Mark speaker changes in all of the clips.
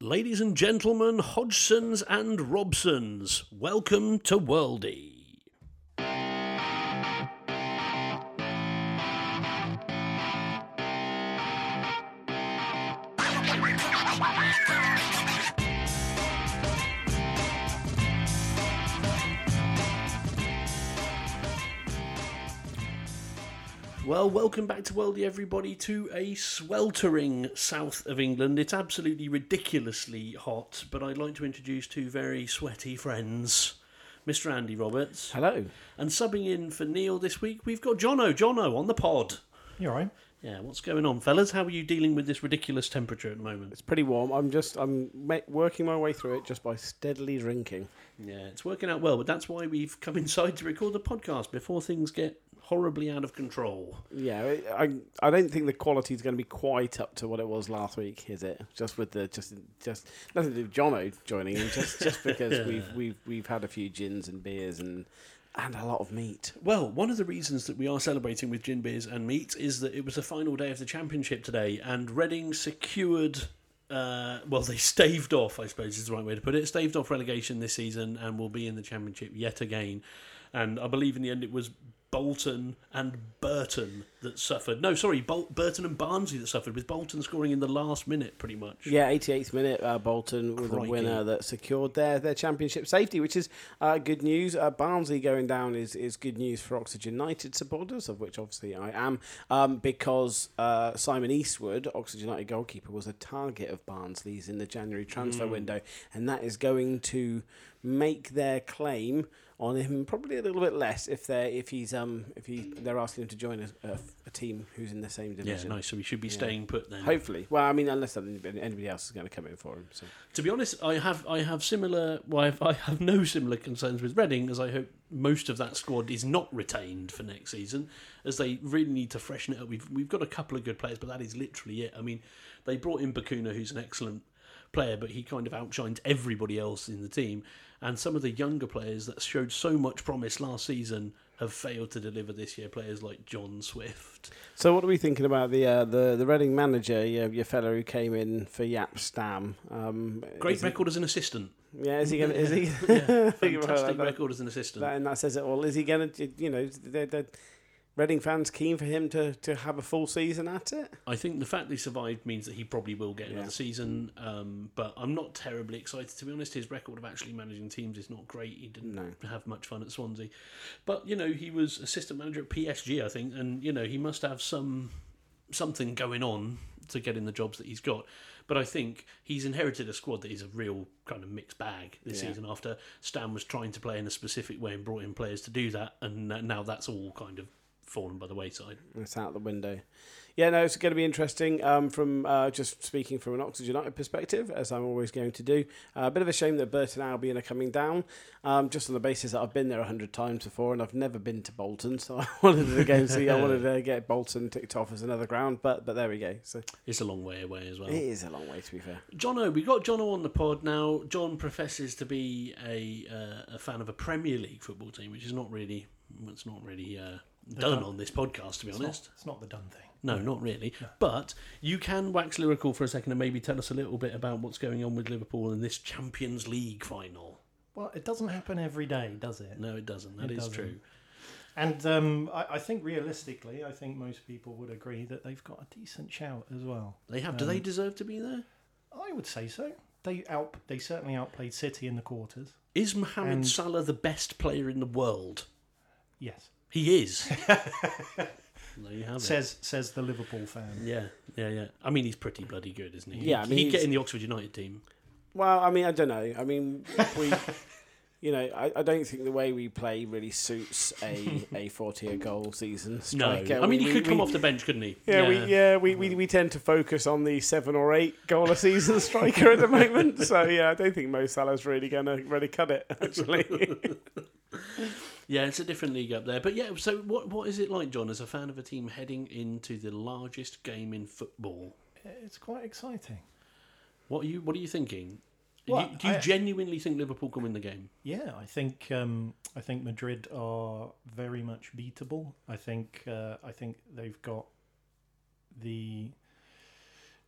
Speaker 1: Ladies and gentlemen, Hodgsons and Robsons, welcome to Worldy. Well, welcome back to Worldy, everybody, to a sweltering south of England. It's absolutely ridiculously hot, but I'd like to introduce two very sweaty friends, Mr. Andy Roberts.
Speaker 2: Hello.
Speaker 1: And subbing in for Neil this week, we've got Jono, Jono on the pod.
Speaker 3: You're right.
Speaker 1: Yeah, what's going on, fellas? How are you dealing with this ridiculous temperature at the moment?
Speaker 2: It's pretty warm. I'm just I'm ma- working my way through it just by steadily drinking.
Speaker 1: Yeah, it's working out well, but that's why we've come inside to record the podcast before things get horribly out of control.
Speaker 2: Yeah, I- I I don't think the quality is going to be quite up to what it was last week, is it? Just with the just just nothing to do with Jono joining in, just just because we've we've we've had a few gins and beers and and a lot of meat.
Speaker 1: Well, one of the reasons that we are celebrating with gin beers and meat is that it was the final day of the championship today, and Reading secured. Uh, well, they staved off, I suppose is the right way to put it. Staved off relegation this season and will be in the championship yet again. And I believe in the end it was Bolton and Burton that suffered. No, sorry, Bol- Burton and Barnsley that suffered, with Bolton scoring in the last minute pretty much.
Speaker 2: Yeah, 88th minute, uh, Bolton with
Speaker 1: Crikey.
Speaker 2: a winner that secured their, their championship safety, which is uh, good news. Uh, Barnsley going down is, is good news for Oxford United supporters, of which obviously I am, um, because uh, Simon Eastwood, Oxford United goalkeeper, was a target of Barnsley's in the January transfer
Speaker 1: Hmm.
Speaker 2: window, and that is going to make their claim on him probably a little bit less if they are if he's um if he they're asking him to join a, a, a team who's in the same
Speaker 1: Yeah,
Speaker 2: division.
Speaker 1: nice. So we should be staying put then.
Speaker 2: Hopefully. Well, I mean, unless anybody anybody else is going to come in for him. So.
Speaker 1: To be honest, I have I have similar. Well, I have, I have no similar concerns with Reading, as I hope most of that squad is not retained for next season, as they really need to freshen it up. We've we've got a couple of good players, but that is literally it. I mean, they brought in Bakuna, who's an excellent player, but he kind of outshines everybody else in the team. And some of the younger players that showed so much promise last season have failed to deliver this year. Players like John Swift.
Speaker 2: So, what are we thinking about the uh, the the Reading manager, your, your fellow who came in for Yap Stam? Um,
Speaker 1: Great
Speaker 2: is he-
Speaker 1: record as an assistant.
Speaker 2: yeah, is he going? to Is he?
Speaker 1: Yeah,
Speaker 2: Think about
Speaker 1: fantastic
Speaker 2: that.
Speaker 1: record as an assistant.
Speaker 2: that, and that says it all. Is he going to? You know, the the Reading fans keen for him to to have a full season at it.
Speaker 1: I think the fact that he survived means that he probably will get another
Speaker 2: Yeah.
Speaker 1: season. Um, but I'm not terribly excited to be honest. His record of actually managing teams is not great. He didn't
Speaker 2: No.
Speaker 1: have much fun at Swansea, but you know he was assistant manager at PSG, I think, and you know he must have some something going on to get in the jobs that he's got. But I think he's inherited a squad that is a real kind of mixed bag this
Speaker 2: Yeah.
Speaker 1: season. After Stan was trying to play in a specific way and brought in players to do that, and uh, now that's all kind of fallen by the wayside.
Speaker 2: It's out the window. Yeah, no, it's going to be interesting. Um, from uh, just speaking from an Oxford United perspective, as I'm always going to do, uh, a bit of a shame that Burton Albion are coming down. Um, just on the basis that I've been there a hundred times before, and I've never been to Bolton, so I wanted to go and see. I wanted to get Bolton ticked off as another ground, but but there we go. So
Speaker 1: It's a long way away as well.
Speaker 2: it is a long way to be fair.
Speaker 1: Jono, we got Jono on the pod now. John professes to be a uh, a fan of a Premier League football team, which is not really it's not really uh, done on this podcast, to be honest.
Speaker 3: It's not the done thing.
Speaker 1: No, not really. But you can wax lyrical for a second and maybe tell us a little bit about what's going on with Liverpool in this Champions League final.
Speaker 3: Well, it doesn't happen every day, does it?
Speaker 1: No, it doesn't. That is
Speaker 3: It doesn't.
Speaker 1: true.
Speaker 3: And um, I, I think realistically, I think most people would agree that they've got a decent shout as well.
Speaker 1: They have. do
Speaker 3: Um,
Speaker 1: they deserve to be there?
Speaker 3: I would say so. They out. They certainly outplayed City in the quarters.
Speaker 1: Is Mohamed
Speaker 3: And-
Speaker 1: Salah the best player in the world?
Speaker 3: Yes,
Speaker 1: He is. there you have it.
Speaker 3: says says the Liverpool fan.
Speaker 1: Yeah, yeah, yeah. I mean, he's pretty bloody good, isn't he?
Speaker 2: Yeah, I mean,
Speaker 1: he'd get
Speaker 2: he's-
Speaker 1: in the Oxford United team.
Speaker 2: Well, I mean, I don't know. I mean, we, you know, I, I don't think the way we play really suits a a forty a goal season.
Speaker 1: No,
Speaker 2: striker.
Speaker 1: I mean,
Speaker 2: We-
Speaker 1: he
Speaker 2: we-
Speaker 1: could come
Speaker 2: we-
Speaker 1: off the bench, couldn't he?
Speaker 2: Yeah, we yeah we, we, we tend to focus on the seven or eight goal a season striker at the moment. So yeah, I don't think Mo Salah's really gonna really cut it. Actually,
Speaker 1: Yeah, it's a different league up there. But yeah, so what what is it like, John, as a fan of a team heading into the largest game in football?
Speaker 3: It's quite exciting.
Speaker 1: What are you What are you thinking? Do
Speaker 3: Well,
Speaker 1: you, do you
Speaker 3: I-
Speaker 1: genuinely think Liverpool can win the game?
Speaker 3: Yeah, I think um, I think Madrid are very much beatable. I think uh, I think they've got the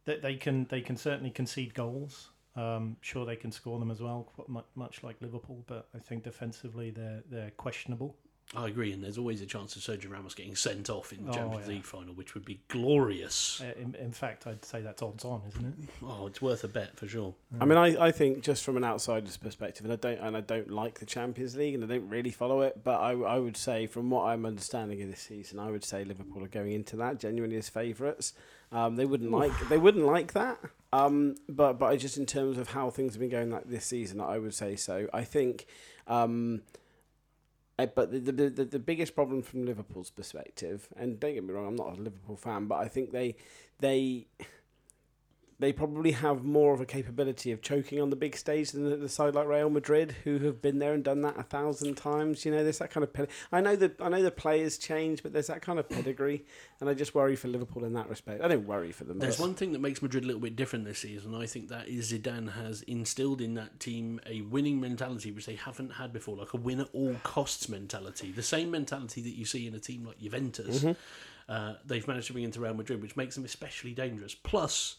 Speaker 3: that they can they can certainly concede goals. Um, sure, they can score them as well, qu- mu- much like Liverpool, but I think defensively they're they're questionable.
Speaker 1: I agree, and there's always a chance of Sergio Ramos getting sent off in the
Speaker 3: Oh,
Speaker 1: Champions
Speaker 3: yeah.
Speaker 1: League final, which would be glorious.
Speaker 3: Uh, in, in fact, I'd say that's odds on, isn't it?
Speaker 1: Oh, it's worth a bet for sure.
Speaker 2: I mean, I, I think just from an outsider's perspective, and I don't and I don't like the Champions League, and I don't really follow it. But I, I would say, from what I'm understanding of this season, I would say Liverpool are going into that genuinely as favourites. Um, they wouldn't like they wouldn't like that. Um, but but I just in terms of how things have been going like this season, I would say so. I think. Um, I- but the, the the the biggest problem from Liverpool's perspective, and don't get me wrong, I'm not a Liverpool fan, but I think they they they probably have more of a capability of choking on the big stage than the, the side like Real Madrid, who have been there and done that a thousand times. You know, there's that kind of. Ped- I know the I know the players change, but there's that kind of pedigree, and I just worry for Liverpool in that respect. I don't worry for them.
Speaker 1: There's
Speaker 2: but-
Speaker 1: one thing that makes Madrid a little bit different this season. I think that is Zidane has instilled in that team a winning mentality which they haven't had before, like a win at all costs mentality. The same mentality that you see in a team like Juventus.
Speaker 2: Mm-hmm.
Speaker 1: Uh, they've managed to bring into Real Madrid, which makes them especially dangerous. Plus,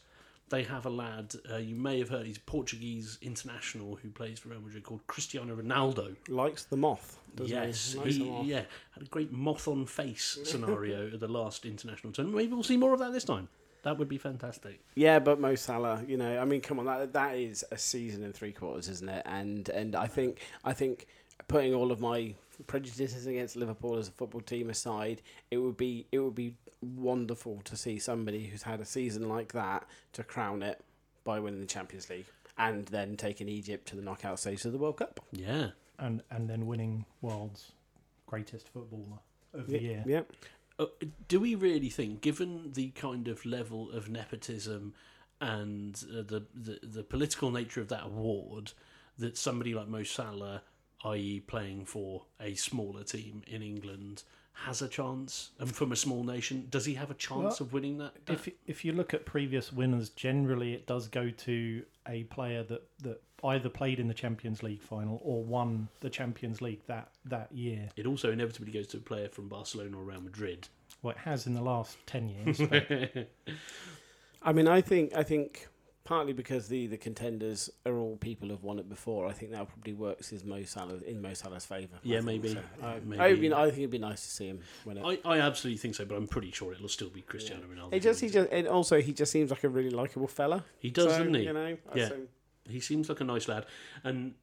Speaker 1: they have a lad uh, you may have heard. He's a Portuguese international who plays for Real Madrid called Cristiano Ronaldo.
Speaker 2: likes the moth. Doesn't
Speaker 1: Yes,
Speaker 2: he? Likes the
Speaker 1: he,
Speaker 2: moth.
Speaker 1: yeah, had a great moth on face scenario at the last international tournament. Maybe we'll see more of that this time. That would be fantastic.
Speaker 2: Yeah, but Mo Salah, you know, I mean, come on, that that is a season and three quarters, isn't it? And and I think I think putting all of my prejudices against Liverpool as a football team aside, it would be it would be wonderful to see somebody who's had a season like that to crown it by winning the Champions League and then taking Egypt to the knockout stage of the World Cup.
Speaker 1: Yeah.
Speaker 3: And and then winning world's greatest footballer of the year.
Speaker 2: yeah.
Speaker 1: Uh, do we really think, given the kind of level of nepotism and uh, the, the the political nature of that award, that somebody like Mo Salah, i.e., playing for a smaller team in England, has a chance, and from a small nation, does he have a chance
Speaker 3: Well,
Speaker 1: of winning that?
Speaker 3: If if you look at previous winners, generally it does go to a player that, that either played in the Champions League final or won the Champions League that, that year.
Speaker 1: it also inevitably goes to a player from Barcelona or Real Madrid.
Speaker 3: Well, it has in the last ten years. but-
Speaker 2: I mean, I think I think partly because the, the contenders are all people who've won it before. I think that probably works as Mo Salah in Mo Salah's favour. I
Speaker 1: Yeah,
Speaker 2: think
Speaker 1: maybe.
Speaker 2: so. I,
Speaker 1: Maybe.
Speaker 2: I mean, I think it'd be nice to see him win it.
Speaker 1: I, I absolutely think so, but I'm pretty sure it'll still be Cristiano Ronaldo.
Speaker 2: He just, he just, and also he just seems like a really likable fella.
Speaker 1: He does,
Speaker 2: so,
Speaker 1: doesn't he?
Speaker 2: You know,
Speaker 1: Yeah.
Speaker 2: so-
Speaker 1: He seems like a nice lad, and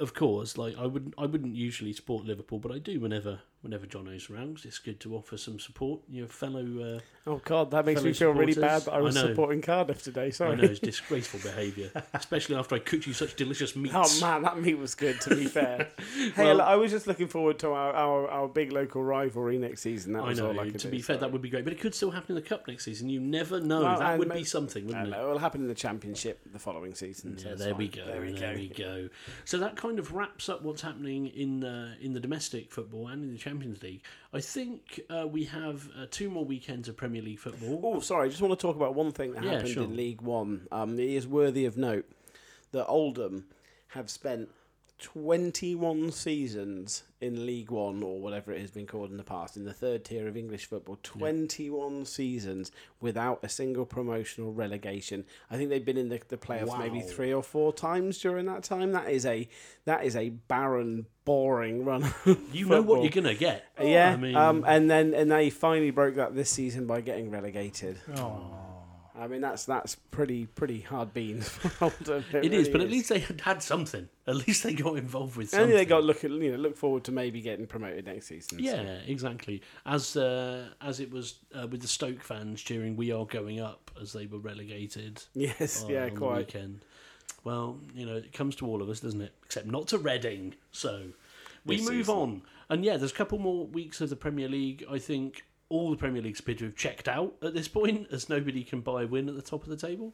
Speaker 1: of course, like I wouldn't, I wouldn't usually support Liverpool, but I do whenever, whenever John O's around. 'cause It's good to offer some support. Your fellow, uh,
Speaker 2: oh god, that makes
Speaker 1: Fellow
Speaker 2: me feel really
Speaker 1: supporters.
Speaker 2: bad that I
Speaker 1: I
Speaker 2: was
Speaker 1: know.
Speaker 2: supporting Cardiff today.
Speaker 1: I
Speaker 2: Sorry.
Speaker 1: know, it's disgraceful behaviour, especially after I cooked you such delicious meats.
Speaker 2: Oh man, that meat was good. To be fair, hey,
Speaker 1: Well-
Speaker 2: look, I was just looking forward to our, our, our big local rivalry next season. That
Speaker 1: I
Speaker 2: was
Speaker 1: know.
Speaker 2: All I could
Speaker 1: to
Speaker 2: do,
Speaker 1: be fair,
Speaker 2: sorry.
Speaker 1: that would be great, but it could still happen in the cup next season. You never know.
Speaker 2: Well,
Speaker 1: that
Speaker 2: and
Speaker 1: would
Speaker 2: ma-
Speaker 1: be something,
Speaker 2: I
Speaker 1: wouldn't
Speaker 2: don't
Speaker 1: it?
Speaker 2: know, Uh, it'll happen in the championship the following season. so
Speaker 1: Yeah,
Speaker 2: it's
Speaker 1: there we,
Speaker 2: fine.
Speaker 1: go, there we go. So that kind of wraps up what's happening in the in the domestic football and in the Champions League. I think uh, we have uh, two more weekends of Premier League football.
Speaker 2: Oh, sorry. I just want to talk about one thing that
Speaker 1: Yeah,
Speaker 2: happened
Speaker 1: sure.
Speaker 2: in League One. Um, it is worthy of note that Oldham have spent 21 seasons in League One, or whatever it has been called in the past, in the third tier of English football. 21 seasons without a single promotion or relegation. I think they've been in the, the playoffs maybe
Speaker 1: Wow.
Speaker 2: three or four times during that time. That is a that is a barren, boring run. of
Speaker 1: You know what
Speaker 2: football.
Speaker 1: you're gonna get.
Speaker 2: Yeah,
Speaker 1: I mean,
Speaker 2: um, and then and they finally broke that this season by getting relegated.
Speaker 3: oh.
Speaker 2: I mean, that's that's pretty pretty hard beans for Oldham.
Speaker 1: it is,
Speaker 2: really
Speaker 1: but at least they had had something. At least they got involved with something.
Speaker 2: and they got look at you know look forward to maybe getting promoted next season. so.
Speaker 1: yeah, exactly. As uh, as it was uh, with the Stoke fans cheering, "We are going up" as they were relegated.
Speaker 2: Yes.
Speaker 1: on-
Speaker 2: yeah.
Speaker 1: on the
Speaker 2: Quite.
Speaker 1: weekend. Well, you know, it comes to all of us, doesn't it? Except not to Reading. So we
Speaker 2: This
Speaker 1: move
Speaker 2: season.
Speaker 1: on. And yeah, there's a couple more weeks of the Premier League. I think all the Premier League bids have checked out at this point, as nobody can buy a win at the top of the table.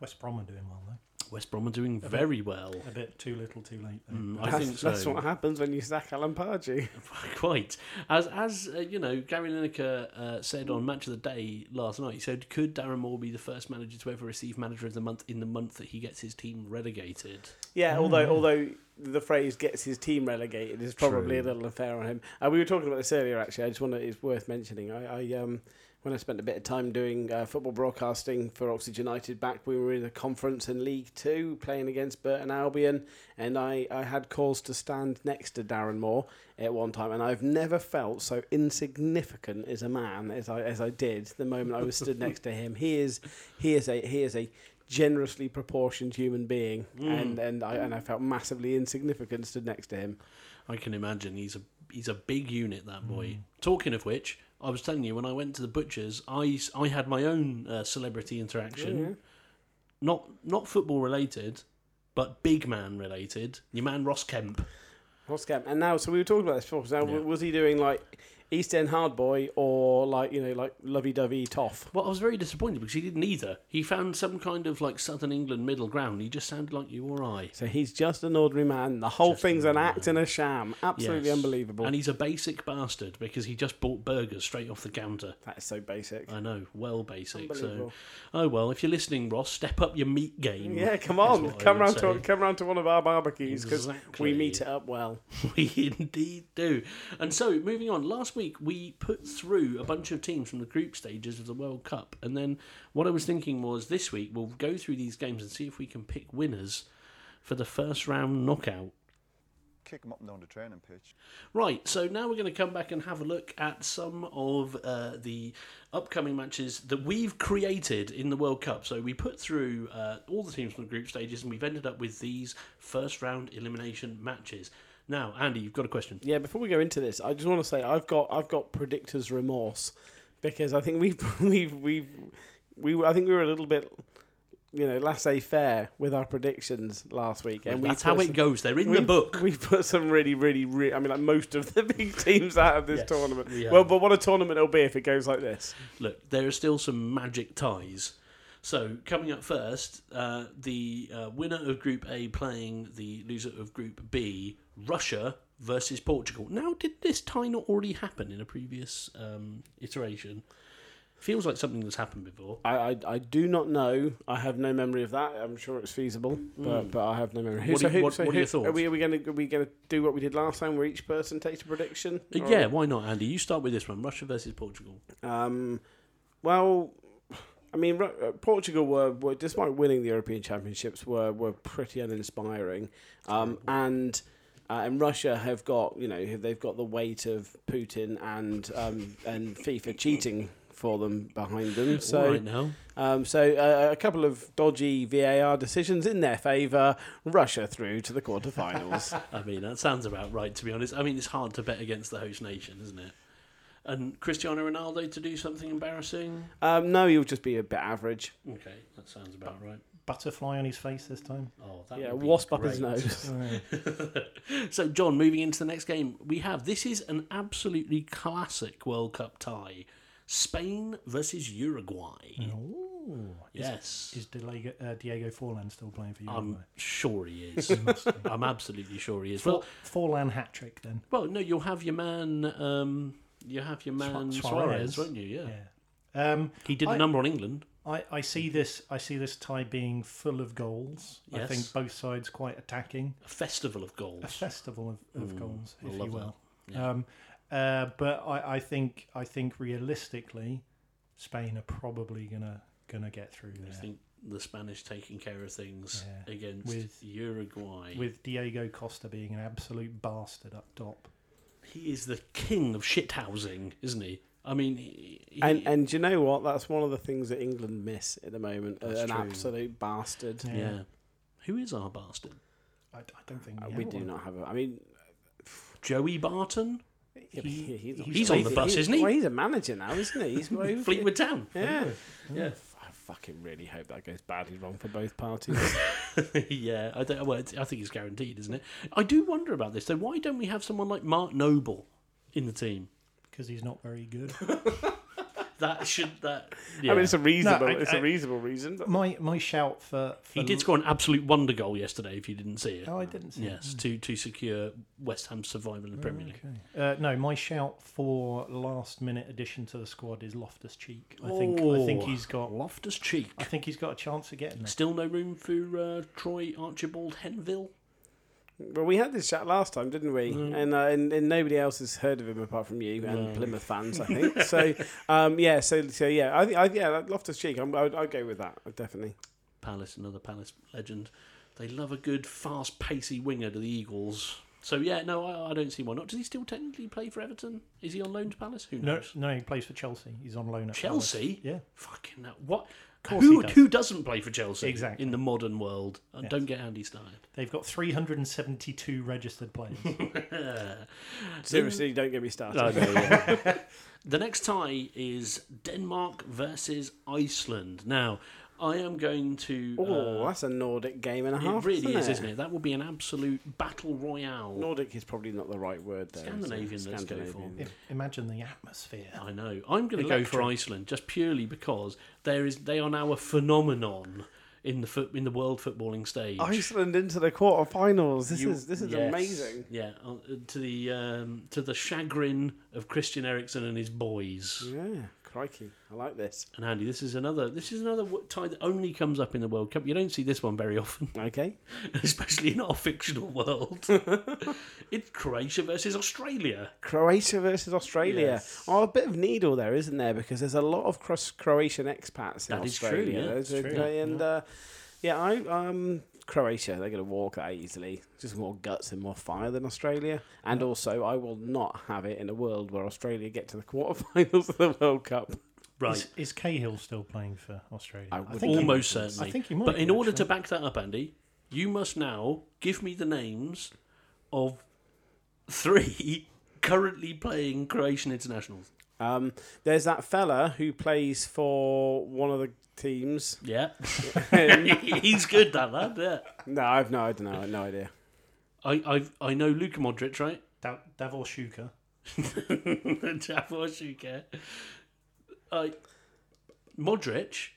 Speaker 3: West Brom are doing well though.
Speaker 1: West Brom are doing very well.
Speaker 3: A bit too little, too late. Though.
Speaker 1: Mm, I
Speaker 2: That's,
Speaker 1: think so.
Speaker 2: that's what happens when you sack Alan Pardew.
Speaker 1: Quite. As as uh, you know, Gary Lineker uh, said on Match of the Day last night. He said, "Could Darren Moore be the first manager to ever receive Manager of the Month in the month that he gets his team relegated?"
Speaker 2: Yeah. Although although the phrase "gets his team relegated" is probably a
Speaker 1: True.
Speaker 2: little unfair on him. Uh, we were talking about this earlier. Actually, I just want to. It's worth mentioning. I, I um when I spent a bit of time doing uh, football broadcasting for Oxford United back when we were in a conference in League Two playing against Burton Albion, and I, I had calls to stand next to Darren Moore at one time, and I've never felt so insignificant as a man as I as I did the moment I was stood next to him. He is he is a he is a generously proportioned human being,
Speaker 1: Hmm.
Speaker 2: and and I and I felt massively insignificant stood next to him.
Speaker 1: I can imagine he's a he's a big unit that boy. Talking of which, I was telling you when I went to the butchers, I s- I had my own uh, celebrity interaction, not not football related, but big man related. Your man Ross Kemp.
Speaker 2: What's going? And now, so we were talking about this before. So now,
Speaker 1: Yeah.
Speaker 2: was he doing like East End hard boy or like you know like lovey dovey toff?
Speaker 1: Well, I was very disappointed because he didn't either. He found some kind of like Southern England middle ground. He just sounded like you or I.
Speaker 2: So he's just an ordinary man. The whole
Speaker 1: Just
Speaker 2: thing's
Speaker 1: an
Speaker 2: an
Speaker 1: ordinary
Speaker 2: act and a sham. Absolutely
Speaker 1: Yes.
Speaker 2: unbelievable.
Speaker 1: And he's a basic bastard because he just bought burgers straight off the counter.
Speaker 2: that is so basic.
Speaker 1: I know, well basic. So,
Speaker 2: Unbelievable.
Speaker 1: oh well, if you're listening, Ross, step up your meat game.
Speaker 2: Yeah, come
Speaker 1: That's
Speaker 2: on,
Speaker 1: what I
Speaker 2: come
Speaker 1: would
Speaker 2: round
Speaker 1: say.
Speaker 2: to come round to one of our barbecues because
Speaker 1: Exactly.
Speaker 2: we meet it up well.
Speaker 1: We indeed do. And so, moving on, last week we put through a bunch of teams from the group stages of the World Cup. And then what I was thinking was this week we'll go through these games and see if we can pick winners for the first round knockout.
Speaker 4: Kick 'em up and down the training pitch.
Speaker 1: Right, so now we're going to come back and have a look at some of uh, the upcoming matches that we've created in the World Cup. So we put through uh, all the teams from the group stages and we've ended up with these first round elimination matches. Now, Andy, you've got a question.
Speaker 2: Yeah, before we go into this, I just want to say I've got I've got predictors remorse because I think we've we've we've we were- I think we were a little bit you know laissez faire with our predictions last week, and we
Speaker 1: That's
Speaker 2: put
Speaker 1: how it
Speaker 2: some-
Speaker 1: goes. They're in
Speaker 2: we,
Speaker 1: the book.
Speaker 2: We put some really, really, really. I mean, like most of the big teams out of this
Speaker 1: Yes,
Speaker 2: tournament.
Speaker 1: we have.
Speaker 2: Well, but what a tournament it'll be if it goes like this.
Speaker 1: Look, there are still some magic ties. So coming up first, uh, the uh, winner of Group A playing the loser of Group B, Russia versus Portugal. Now, did this tie not already happen in a previous um, iteration? Feels like something that's happened before.
Speaker 2: I, I, I do not know. I have no memory of that. I'm sure it's feasible, but, but I have no memory.
Speaker 1: Mm. What do you- what- what are your thoughts?
Speaker 2: Are we, are we going to are we going to do what we did last time, where each person takes a prediction?
Speaker 1: Uh,
Speaker 2: Or-
Speaker 1: Yeah, why not, Andy? You start with this one: Russia versus Portugal.
Speaker 2: Um, well, I mean, Ru- uh, Portugal were, were, despite winning the European Championships, were were pretty uninspiring, um, and. Uh, and Russia have got, you know, they've got the weight of Putin and um, and FIFA cheating for them behind them. So
Speaker 1: All right now,
Speaker 2: um, so uh, a couple of dodgy VAR decisions in their favour. Russia through to the quarterfinals.
Speaker 1: I mean that sounds about right. To be honest, I mean it's hard to bet against the host nation, isn't it? And Cristiano Ronaldo to do something embarrassing.
Speaker 2: um, no, you'll just be a bit average.
Speaker 1: Okay, that sounds about right.
Speaker 3: Butterfly on his face this time.
Speaker 1: Oh, that
Speaker 2: Yeah,
Speaker 1: would be
Speaker 2: wasp up his
Speaker 1: great.
Speaker 2: nose.
Speaker 1: So, John, moving into the next game, we have this is an absolutely classic World Cup tie: Spain versus Uruguay.
Speaker 3: Ooh.
Speaker 1: Yes, Um,
Speaker 3: Is Diego, uh, Diego Forlan still playing for you?
Speaker 1: I'm sure he is. I'm absolutely sure he is.
Speaker 3: For,
Speaker 1: Well,
Speaker 3: Forlan hat trick then.
Speaker 1: well, no, you'll have your man. Um, you have your man
Speaker 3: Suarez.
Speaker 1: Suarez, won't you? Yeah.
Speaker 3: Yeah. Um,
Speaker 1: He did a
Speaker 3: I-
Speaker 1: number on England.
Speaker 3: I, I see this I see this tie being full of goals. I
Speaker 1: Yes.
Speaker 3: think both sides quite attacking.
Speaker 1: A festival of
Speaker 3: A
Speaker 1: goals.
Speaker 3: festival of, of goals,
Speaker 1: I
Speaker 3: if
Speaker 1: love
Speaker 3: you
Speaker 1: that.
Speaker 3: will. Um, uh, but I, I think I think realistically, Spain are probably gonna gonna get through
Speaker 1: I
Speaker 3: there
Speaker 1: think the Spanish taking care of things
Speaker 3: Yeah.
Speaker 1: against
Speaker 3: With-
Speaker 1: Uruguay.
Speaker 3: with Diego Costa being an absolute bastard up top.
Speaker 1: he is the king of shithousing, isn't he? I mean, he, he-
Speaker 2: And and do you know what? That's one of the things that England miss at the moment. uh,
Speaker 1: That's
Speaker 2: An
Speaker 1: true.
Speaker 2: absolute bastard.
Speaker 1: yeah. Who is our bastard?
Speaker 3: I, I don't think
Speaker 2: Uh,
Speaker 3: we,
Speaker 2: we
Speaker 3: have
Speaker 2: do
Speaker 3: one.
Speaker 2: not have. A, I mean,
Speaker 1: Joey Barton?
Speaker 2: yeah, but
Speaker 3: He-
Speaker 2: he-
Speaker 3: he's
Speaker 1: He's on the bus, isn't he?
Speaker 2: Well, he's a manager now, isn't he? He's well, he's-
Speaker 1: Fleetwood Town.
Speaker 2: Yeah.
Speaker 1: Yeah.
Speaker 2: I fucking really hope that goes badly wrong for both parties.
Speaker 1: yeah, I don't. Well, it's- I think it's guaranteed, isn't it? I do wonder about this though. Why don't we have someone like Mark Noble in the team?
Speaker 3: because he's not very good.
Speaker 1: That should that.
Speaker 2: I mean, it's a reasonable,
Speaker 3: No, I-
Speaker 2: it's a
Speaker 3: I-
Speaker 2: reasonable reason. But
Speaker 3: my my shout for, for
Speaker 1: he did score an absolute wonder goal yesterday. If you didn't see it,
Speaker 3: Oh, I didn't see. it.
Speaker 1: yes, to to secure West Ham's survival in the
Speaker 2: Oh,
Speaker 1: Premier League.
Speaker 3: Uh, no, my shout for last minute addition to the squad is Loftus Cheek. I think I think
Speaker 1: Oh.
Speaker 3: he's got
Speaker 1: Loftus Cheek.
Speaker 3: I think he's got a chance of getting there.
Speaker 1: Still no room for uh, Troy Archibald Henville.
Speaker 2: Well, we had this chat last time, didn't we?
Speaker 1: Mm.
Speaker 2: And, uh, and and nobody else has heard of him apart from you and Plymouth fans, I think. so, um, yeah, so so yeah, I think I, yeah, Loftus Cheek, I'm, I would, I'd go with that definitely.
Speaker 1: Palace, another Palace legend. They love a good, fast, pacey winger to the Eagles. So yeah, no, I, I don't see why not. Does he still technically play for Everton? Is he on loan to Palace? Who
Speaker 3: No,
Speaker 1: knows?
Speaker 3: no, he plays for Chelsea. He's on loan at Palace.
Speaker 1: Chelsea?
Speaker 3: Yeah.
Speaker 1: Fucking hell. What?
Speaker 3: course
Speaker 1: Who,
Speaker 3: he does.
Speaker 1: who doesn't play for Chelsea
Speaker 3: Exactly.
Speaker 1: in the modern world? And
Speaker 3: Yes.
Speaker 1: don't get Andy started.
Speaker 3: They've got 372 registered players.
Speaker 2: Seriously, don't get me started.
Speaker 1: the next tie is Denmark versus Iceland. Now, I am going to.
Speaker 2: Oh,
Speaker 1: uh,
Speaker 2: that's a Nordic game and a half.
Speaker 1: it really is,
Speaker 2: isn't
Speaker 1: isn't it? That will be an absolute battle royale.
Speaker 2: Nordic is probably not the right word there. is it?
Speaker 1: Scandinavian, let's go for.
Speaker 3: I- Imagine the atmosphere.
Speaker 1: I know. I'm going to go for
Speaker 3: Electric.
Speaker 1: Iceland just purely because there is they are now a phenomenon in the foot in the world footballing stage.
Speaker 2: Iceland into the quarterfinals. This
Speaker 1: You-
Speaker 2: is this is
Speaker 1: yes.
Speaker 2: amazing.
Speaker 1: Yeah, uh, to the um, to the chagrin of Christian Eriksen and his boys.
Speaker 2: Yeah, crikey, I like this.
Speaker 1: And Andy, this is another this is another w- tie that only comes up in the World Cup. You don't see this one very often,
Speaker 2: Okay,
Speaker 1: especially in our fictional world. it's Croatia versus Australia.
Speaker 2: Croatia versus Australia.
Speaker 1: Yes.
Speaker 2: Oh, a bit of needle there, isn't there? Because there's a lot of cross Croatian expats in
Speaker 1: That is true,
Speaker 2: Australia.
Speaker 1: yeah,
Speaker 2: There's
Speaker 3: it's
Speaker 2: a-
Speaker 3: true.
Speaker 2: And uh, yeah, I um Croatia, they're going to walk that easily. Just more guts and more fire than Australia. And also, I will not have it in a world where Australia get to the quarterfinals of the World Cup.
Speaker 1: Right.
Speaker 3: Is, is Cahill still playing for Australia?
Speaker 2: I would
Speaker 3: he
Speaker 1: Almost
Speaker 3: might be.
Speaker 1: certainly.
Speaker 3: I think he might.
Speaker 1: But in
Speaker 3: be,
Speaker 1: order to
Speaker 3: actually.
Speaker 1: back that up, Andy, you must now give me the names of three currently playing Croatian internationals.
Speaker 2: Um, there's that fella who plays for one of the teams.
Speaker 1: Yeah. He's good, that lad. Yeah.
Speaker 2: No, I've no, I don't know, I've no idea.
Speaker 1: I, I've, I know Luka Modric, right?
Speaker 3: Da- Davor Šuker.
Speaker 1: Davor Šuker. I Uh, Modric.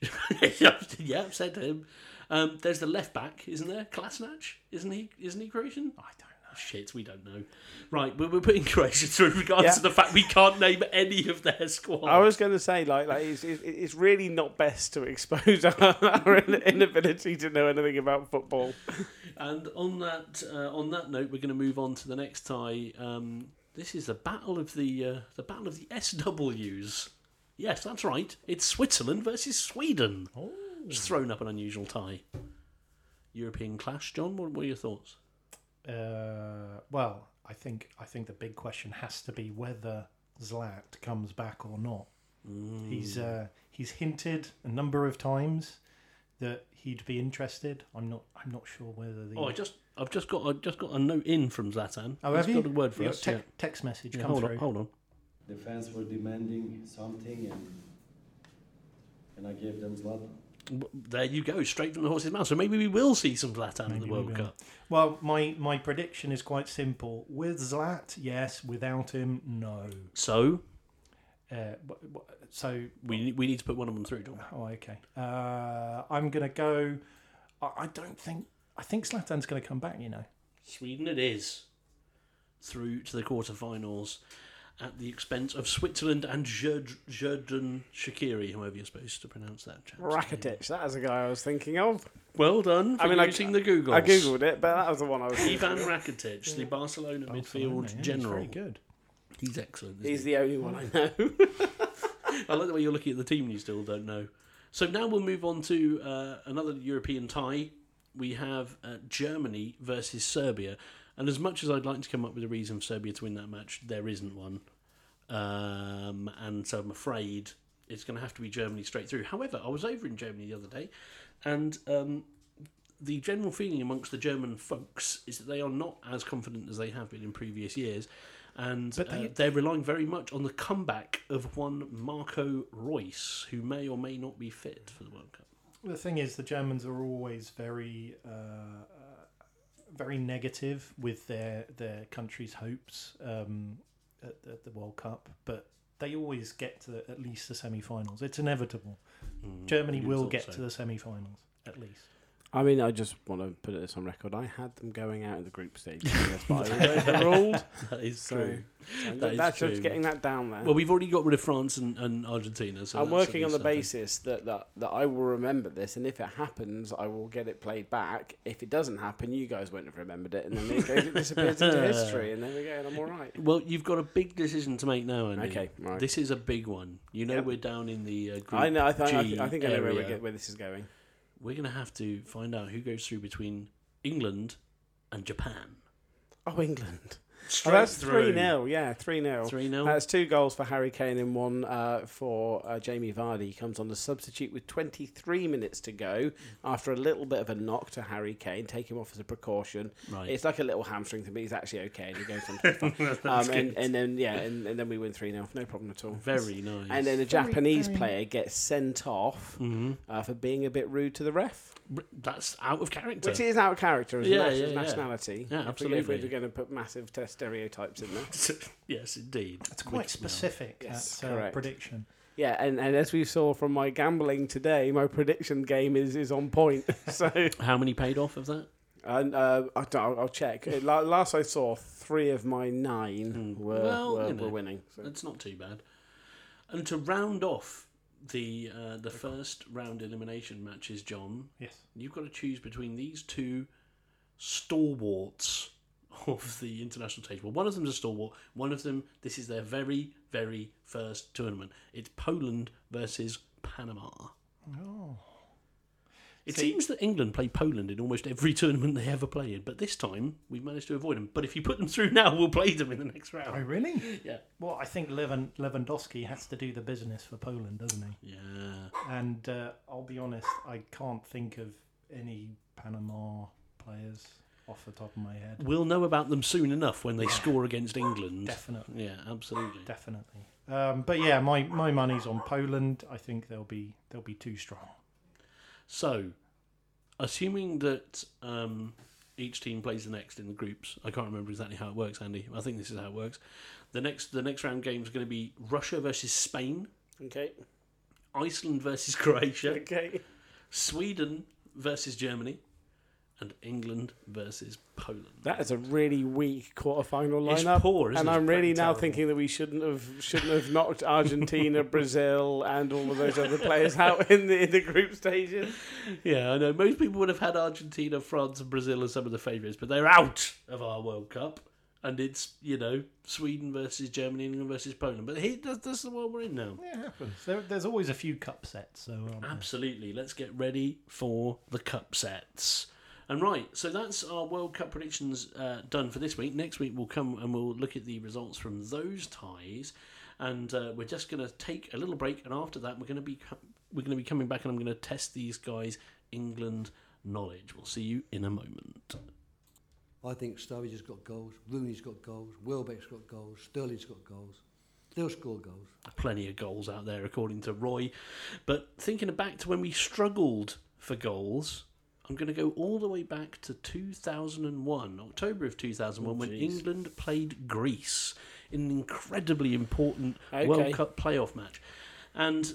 Speaker 1: yeah, I've said him. Um, there's the left back, isn't there? Klasnac, isn't he? Isn't he Croatian?
Speaker 3: I don't know.
Speaker 1: Shit, we don't know. Right, we're, we're putting Croatia through regardless
Speaker 2: Yeah.
Speaker 1: of the fact we can't name any of their squad.
Speaker 2: I was going to say, like, like it's, it's, it's really not best to expose our, our in- inability to know anything about football.
Speaker 1: And on that uh, on that note, we're going to move on to the next tie. Um, this is the battle of the uh, the battle of the SWs. Yes, that's right. It's Switzerland versus Sweden.
Speaker 3: Oh.
Speaker 1: Just thrown up an unusual tie. European clash, John. What were your thoughts?
Speaker 3: Uh, well, I think I think the big question has to be whether Zlat comes back or not.
Speaker 1: Mm.
Speaker 3: He's uh, he's hinted a number of times that he'd be interested. I'm not I'm not sure whether the
Speaker 1: Oh, I just I've just got I just got a note in from Zlatan.
Speaker 3: Oh,
Speaker 1: He's
Speaker 3: have you?
Speaker 1: got a word for
Speaker 3: You got
Speaker 1: us.
Speaker 3: tec-
Speaker 1: yeah.
Speaker 3: Text message
Speaker 1: Yeah,
Speaker 3: come
Speaker 1: hold
Speaker 3: through.
Speaker 1: on, hold on.
Speaker 5: the fans were demanding something and and I gave them Zlatan.
Speaker 1: W- There you go, straight from the horse's mouth. So maybe we will see some Zlatan in
Speaker 3: Maybe
Speaker 1: the
Speaker 3: we
Speaker 1: World
Speaker 3: will.
Speaker 1: Cup.
Speaker 3: Well, my my prediction is quite simple. With Zlat, yes. Without him, no.
Speaker 1: So
Speaker 3: Uh, wh- wh- so
Speaker 1: we we need to put one of them through, John.
Speaker 3: Oh, okay. Uh, I'm gonna go. I, I don't think. I think Slatan's gonna come back. You know.
Speaker 1: Sweden it is. Through to the quarterfinals at the expense of Switzerland and Jerd- Jerdan Shakiri, however you're supposed to pronounce that. chap's name.
Speaker 2: Rakitic, that is a guy I was thinking of.
Speaker 1: Well done for
Speaker 2: I mean, I-
Speaker 1: using the Google.
Speaker 2: I googled it, but that was the one I was. Thinking.
Speaker 1: Ivan Rakitic, the Barcelona
Speaker 3: Barcelona,
Speaker 1: midfield
Speaker 3: yeah, he's
Speaker 1: general.
Speaker 3: Very good.
Speaker 1: He's excellent. isn't
Speaker 2: He's
Speaker 1: he?
Speaker 2: the only one I know.
Speaker 1: I like the way you're looking at the team and you still don't know. So now we'll move on to uh, another European tie. We have uh, Germany versus Serbia. And as much as I'd like to come up with a reason for Serbia to win that match, there isn't one. Um, and so I'm afraid it's going to have to be Germany straight through. However, I was over in Germany the other day and um, the general feeling amongst the German folks is that they are not as confident as they have been in previous years, and
Speaker 3: But they-
Speaker 1: uh, they're relying very much on the comeback of one Marco Royce, who may or may not be fit for the World Cup.
Speaker 3: The thing is, the Germans are always very, uh, uh, very negative with their their country's hopes um, at, at the World Cup, but they always get to the, at least the semi-finals. It's inevitable. Germany
Speaker 1: you'd
Speaker 3: will
Speaker 1: Mm, thought
Speaker 3: get
Speaker 1: so.
Speaker 3: to the semi-finals at least.
Speaker 2: I mean, I just want to put this on record. I had them going out in the group stage, yes, but I was overruled.
Speaker 1: That is
Speaker 2: So,
Speaker 1: true.
Speaker 2: so
Speaker 1: That is
Speaker 2: that's
Speaker 1: true.
Speaker 2: just getting that down there.
Speaker 1: Well, we've already got rid of France and, and Argentina. So
Speaker 2: I'm
Speaker 1: that's
Speaker 2: working
Speaker 1: at
Speaker 2: on the
Speaker 1: least
Speaker 2: basis that, that that I will remember this, and if it happens, I will get it played back. If it doesn't happen, you guys won't have remembered it, and then it, goes, it disappears into history, and there we go, and I'm all right.
Speaker 1: something. Well, you've got a big decision to make now, Andy.
Speaker 2: Okay, right.
Speaker 1: This is a big one. You know,
Speaker 2: Yep.
Speaker 1: we're down in the uh, group.
Speaker 2: I know. I, th- I,
Speaker 1: G
Speaker 2: th- I think I know where, we
Speaker 1: area.
Speaker 2: get, where this is going.
Speaker 1: We're going to have to find out who goes through between England and Japan.
Speaker 2: Oh, England! Oh,
Speaker 1: Straight
Speaker 2: that's
Speaker 1: through.
Speaker 2: three 0 Yeah, three 0
Speaker 1: Three nil.
Speaker 2: That's two goals for Harry Kane and one uh, for uh, Jamie Vardy. He comes on the substitute with 23 minutes to go after a little bit of a knock to Harry Kane. Take him off as a precaution.
Speaker 1: Right.
Speaker 2: It's like a little hamstring thing, but he's actually okay. And he goes on to be fine. um, and, and then, yeah, and, and then we win 3 0. No problem at all.
Speaker 1: Very nice.
Speaker 2: And then a
Speaker 3: Very,
Speaker 2: Japanese
Speaker 3: very-
Speaker 2: player gets sent off
Speaker 1: Mhm.
Speaker 2: uh, for being a bit rude to the ref,
Speaker 1: R- that's out of character.
Speaker 2: which is out of character as
Speaker 1: Yeah,
Speaker 2: a nat-
Speaker 1: yeah,
Speaker 2: as
Speaker 1: yeah.
Speaker 2: nationality.
Speaker 1: Yeah,
Speaker 2: If we- If
Speaker 1: absolutely.
Speaker 2: we're going to put massive test stereotypes in there.
Speaker 1: yes, indeed.
Speaker 3: It's quite
Speaker 1: Which-
Speaker 3: specific.
Speaker 2: Yes,
Speaker 3: that uh,
Speaker 2: correct.
Speaker 3: prediction.
Speaker 2: Yeah, and, and as we saw from my gambling today, my prediction game is, is on point. so
Speaker 1: How many paid off of that?
Speaker 2: and, uh, I don't, I'll, I'll check. Uh, la- Last I saw, three of my nine
Speaker 1: Hmm.
Speaker 2: were,
Speaker 1: Well,
Speaker 2: were,
Speaker 1: you know.
Speaker 2: were winning. So.
Speaker 1: That's not too bad. And to round off the uh, the first round elimination matches, John,
Speaker 3: Yes.
Speaker 1: you've got to choose between these two stalwarts of the international table. One of them's a stalwart. One of them, this is their very, very first tournament. It's Poland versus Panama.
Speaker 3: Oh.
Speaker 1: It
Speaker 3: See-
Speaker 1: seems that England play Poland in almost every tournament they ever play in, but this time we've managed to avoid them. But if you put them through now, we'll play them in the next
Speaker 3: Oh,
Speaker 1: round.
Speaker 3: really?
Speaker 1: Yeah.
Speaker 3: Well, I think Lewand- Lewandowski has to do the business for Poland, doesn't he?
Speaker 1: Yeah.
Speaker 3: And uh, I'll be honest, I can't think of any Panama players off the top of my head.
Speaker 1: We'll know about them soon enough when they score against England.
Speaker 3: Definitely.
Speaker 1: Yeah, absolutely.
Speaker 3: Definitely. Um, but yeah, my, my money's on Poland. I think they'll be they'll be too strong.
Speaker 1: So, assuming that um, each team plays the next in the groups, I can't remember exactly how it works, Andy. I think this is how it works. The next the next round game is going to be Russia versus Spain,
Speaker 2: Okay.
Speaker 1: Iceland versus Croatia,
Speaker 2: Okay.
Speaker 1: Sweden versus Germany, and England versus Poland.
Speaker 2: That is a really weak quarterfinal
Speaker 1: It's
Speaker 2: lineup.
Speaker 1: poor, isn't
Speaker 2: and
Speaker 1: it?
Speaker 2: I'm really
Speaker 1: Pretty
Speaker 2: now
Speaker 1: terrible.
Speaker 2: thinking that we shouldn't have shouldn't have knocked Argentina, Brazil, and all of those other players out in the in the group stages.
Speaker 1: Yeah, I know. Most people would have had Argentina, France, and Brazil as some of the favourites, but they're out of our World Cup. And it's, you know, Sweden versus Germany, England versus Poland. But he, that's, that's the world we're in now.
Speaker 3: Yeah, it happens. There, there's always a few cup sets. So um,
Speaker 1: Absolutely. Let's get ready for the cup sets. And right, so that's our World Cup predictions uh, done for this week. Next week we'll come and we'll look at the results from those ties, and uh, we're just going to take a little break. And after that, we're going to be co- we're going to be coming back, and I'm going to test these guys' England knowledge. We'll see you in a moment.
Speaker 6: I think Sturridge has got goals, Rooney's got goals, Welbeck's got goals, Sterling's got goals. They'll score goals.
Speaker 1: plenty of goals out there, according to Roy. But thinking back to when we struggled for goals, I'm going to go all the way back to 2001, October of 2001,
Speaker 2: Oh,
Speaker 1: when England played Greece in an incredibly important
Speaker 2: Okay.
Speaker 1: World Cup playoff match. And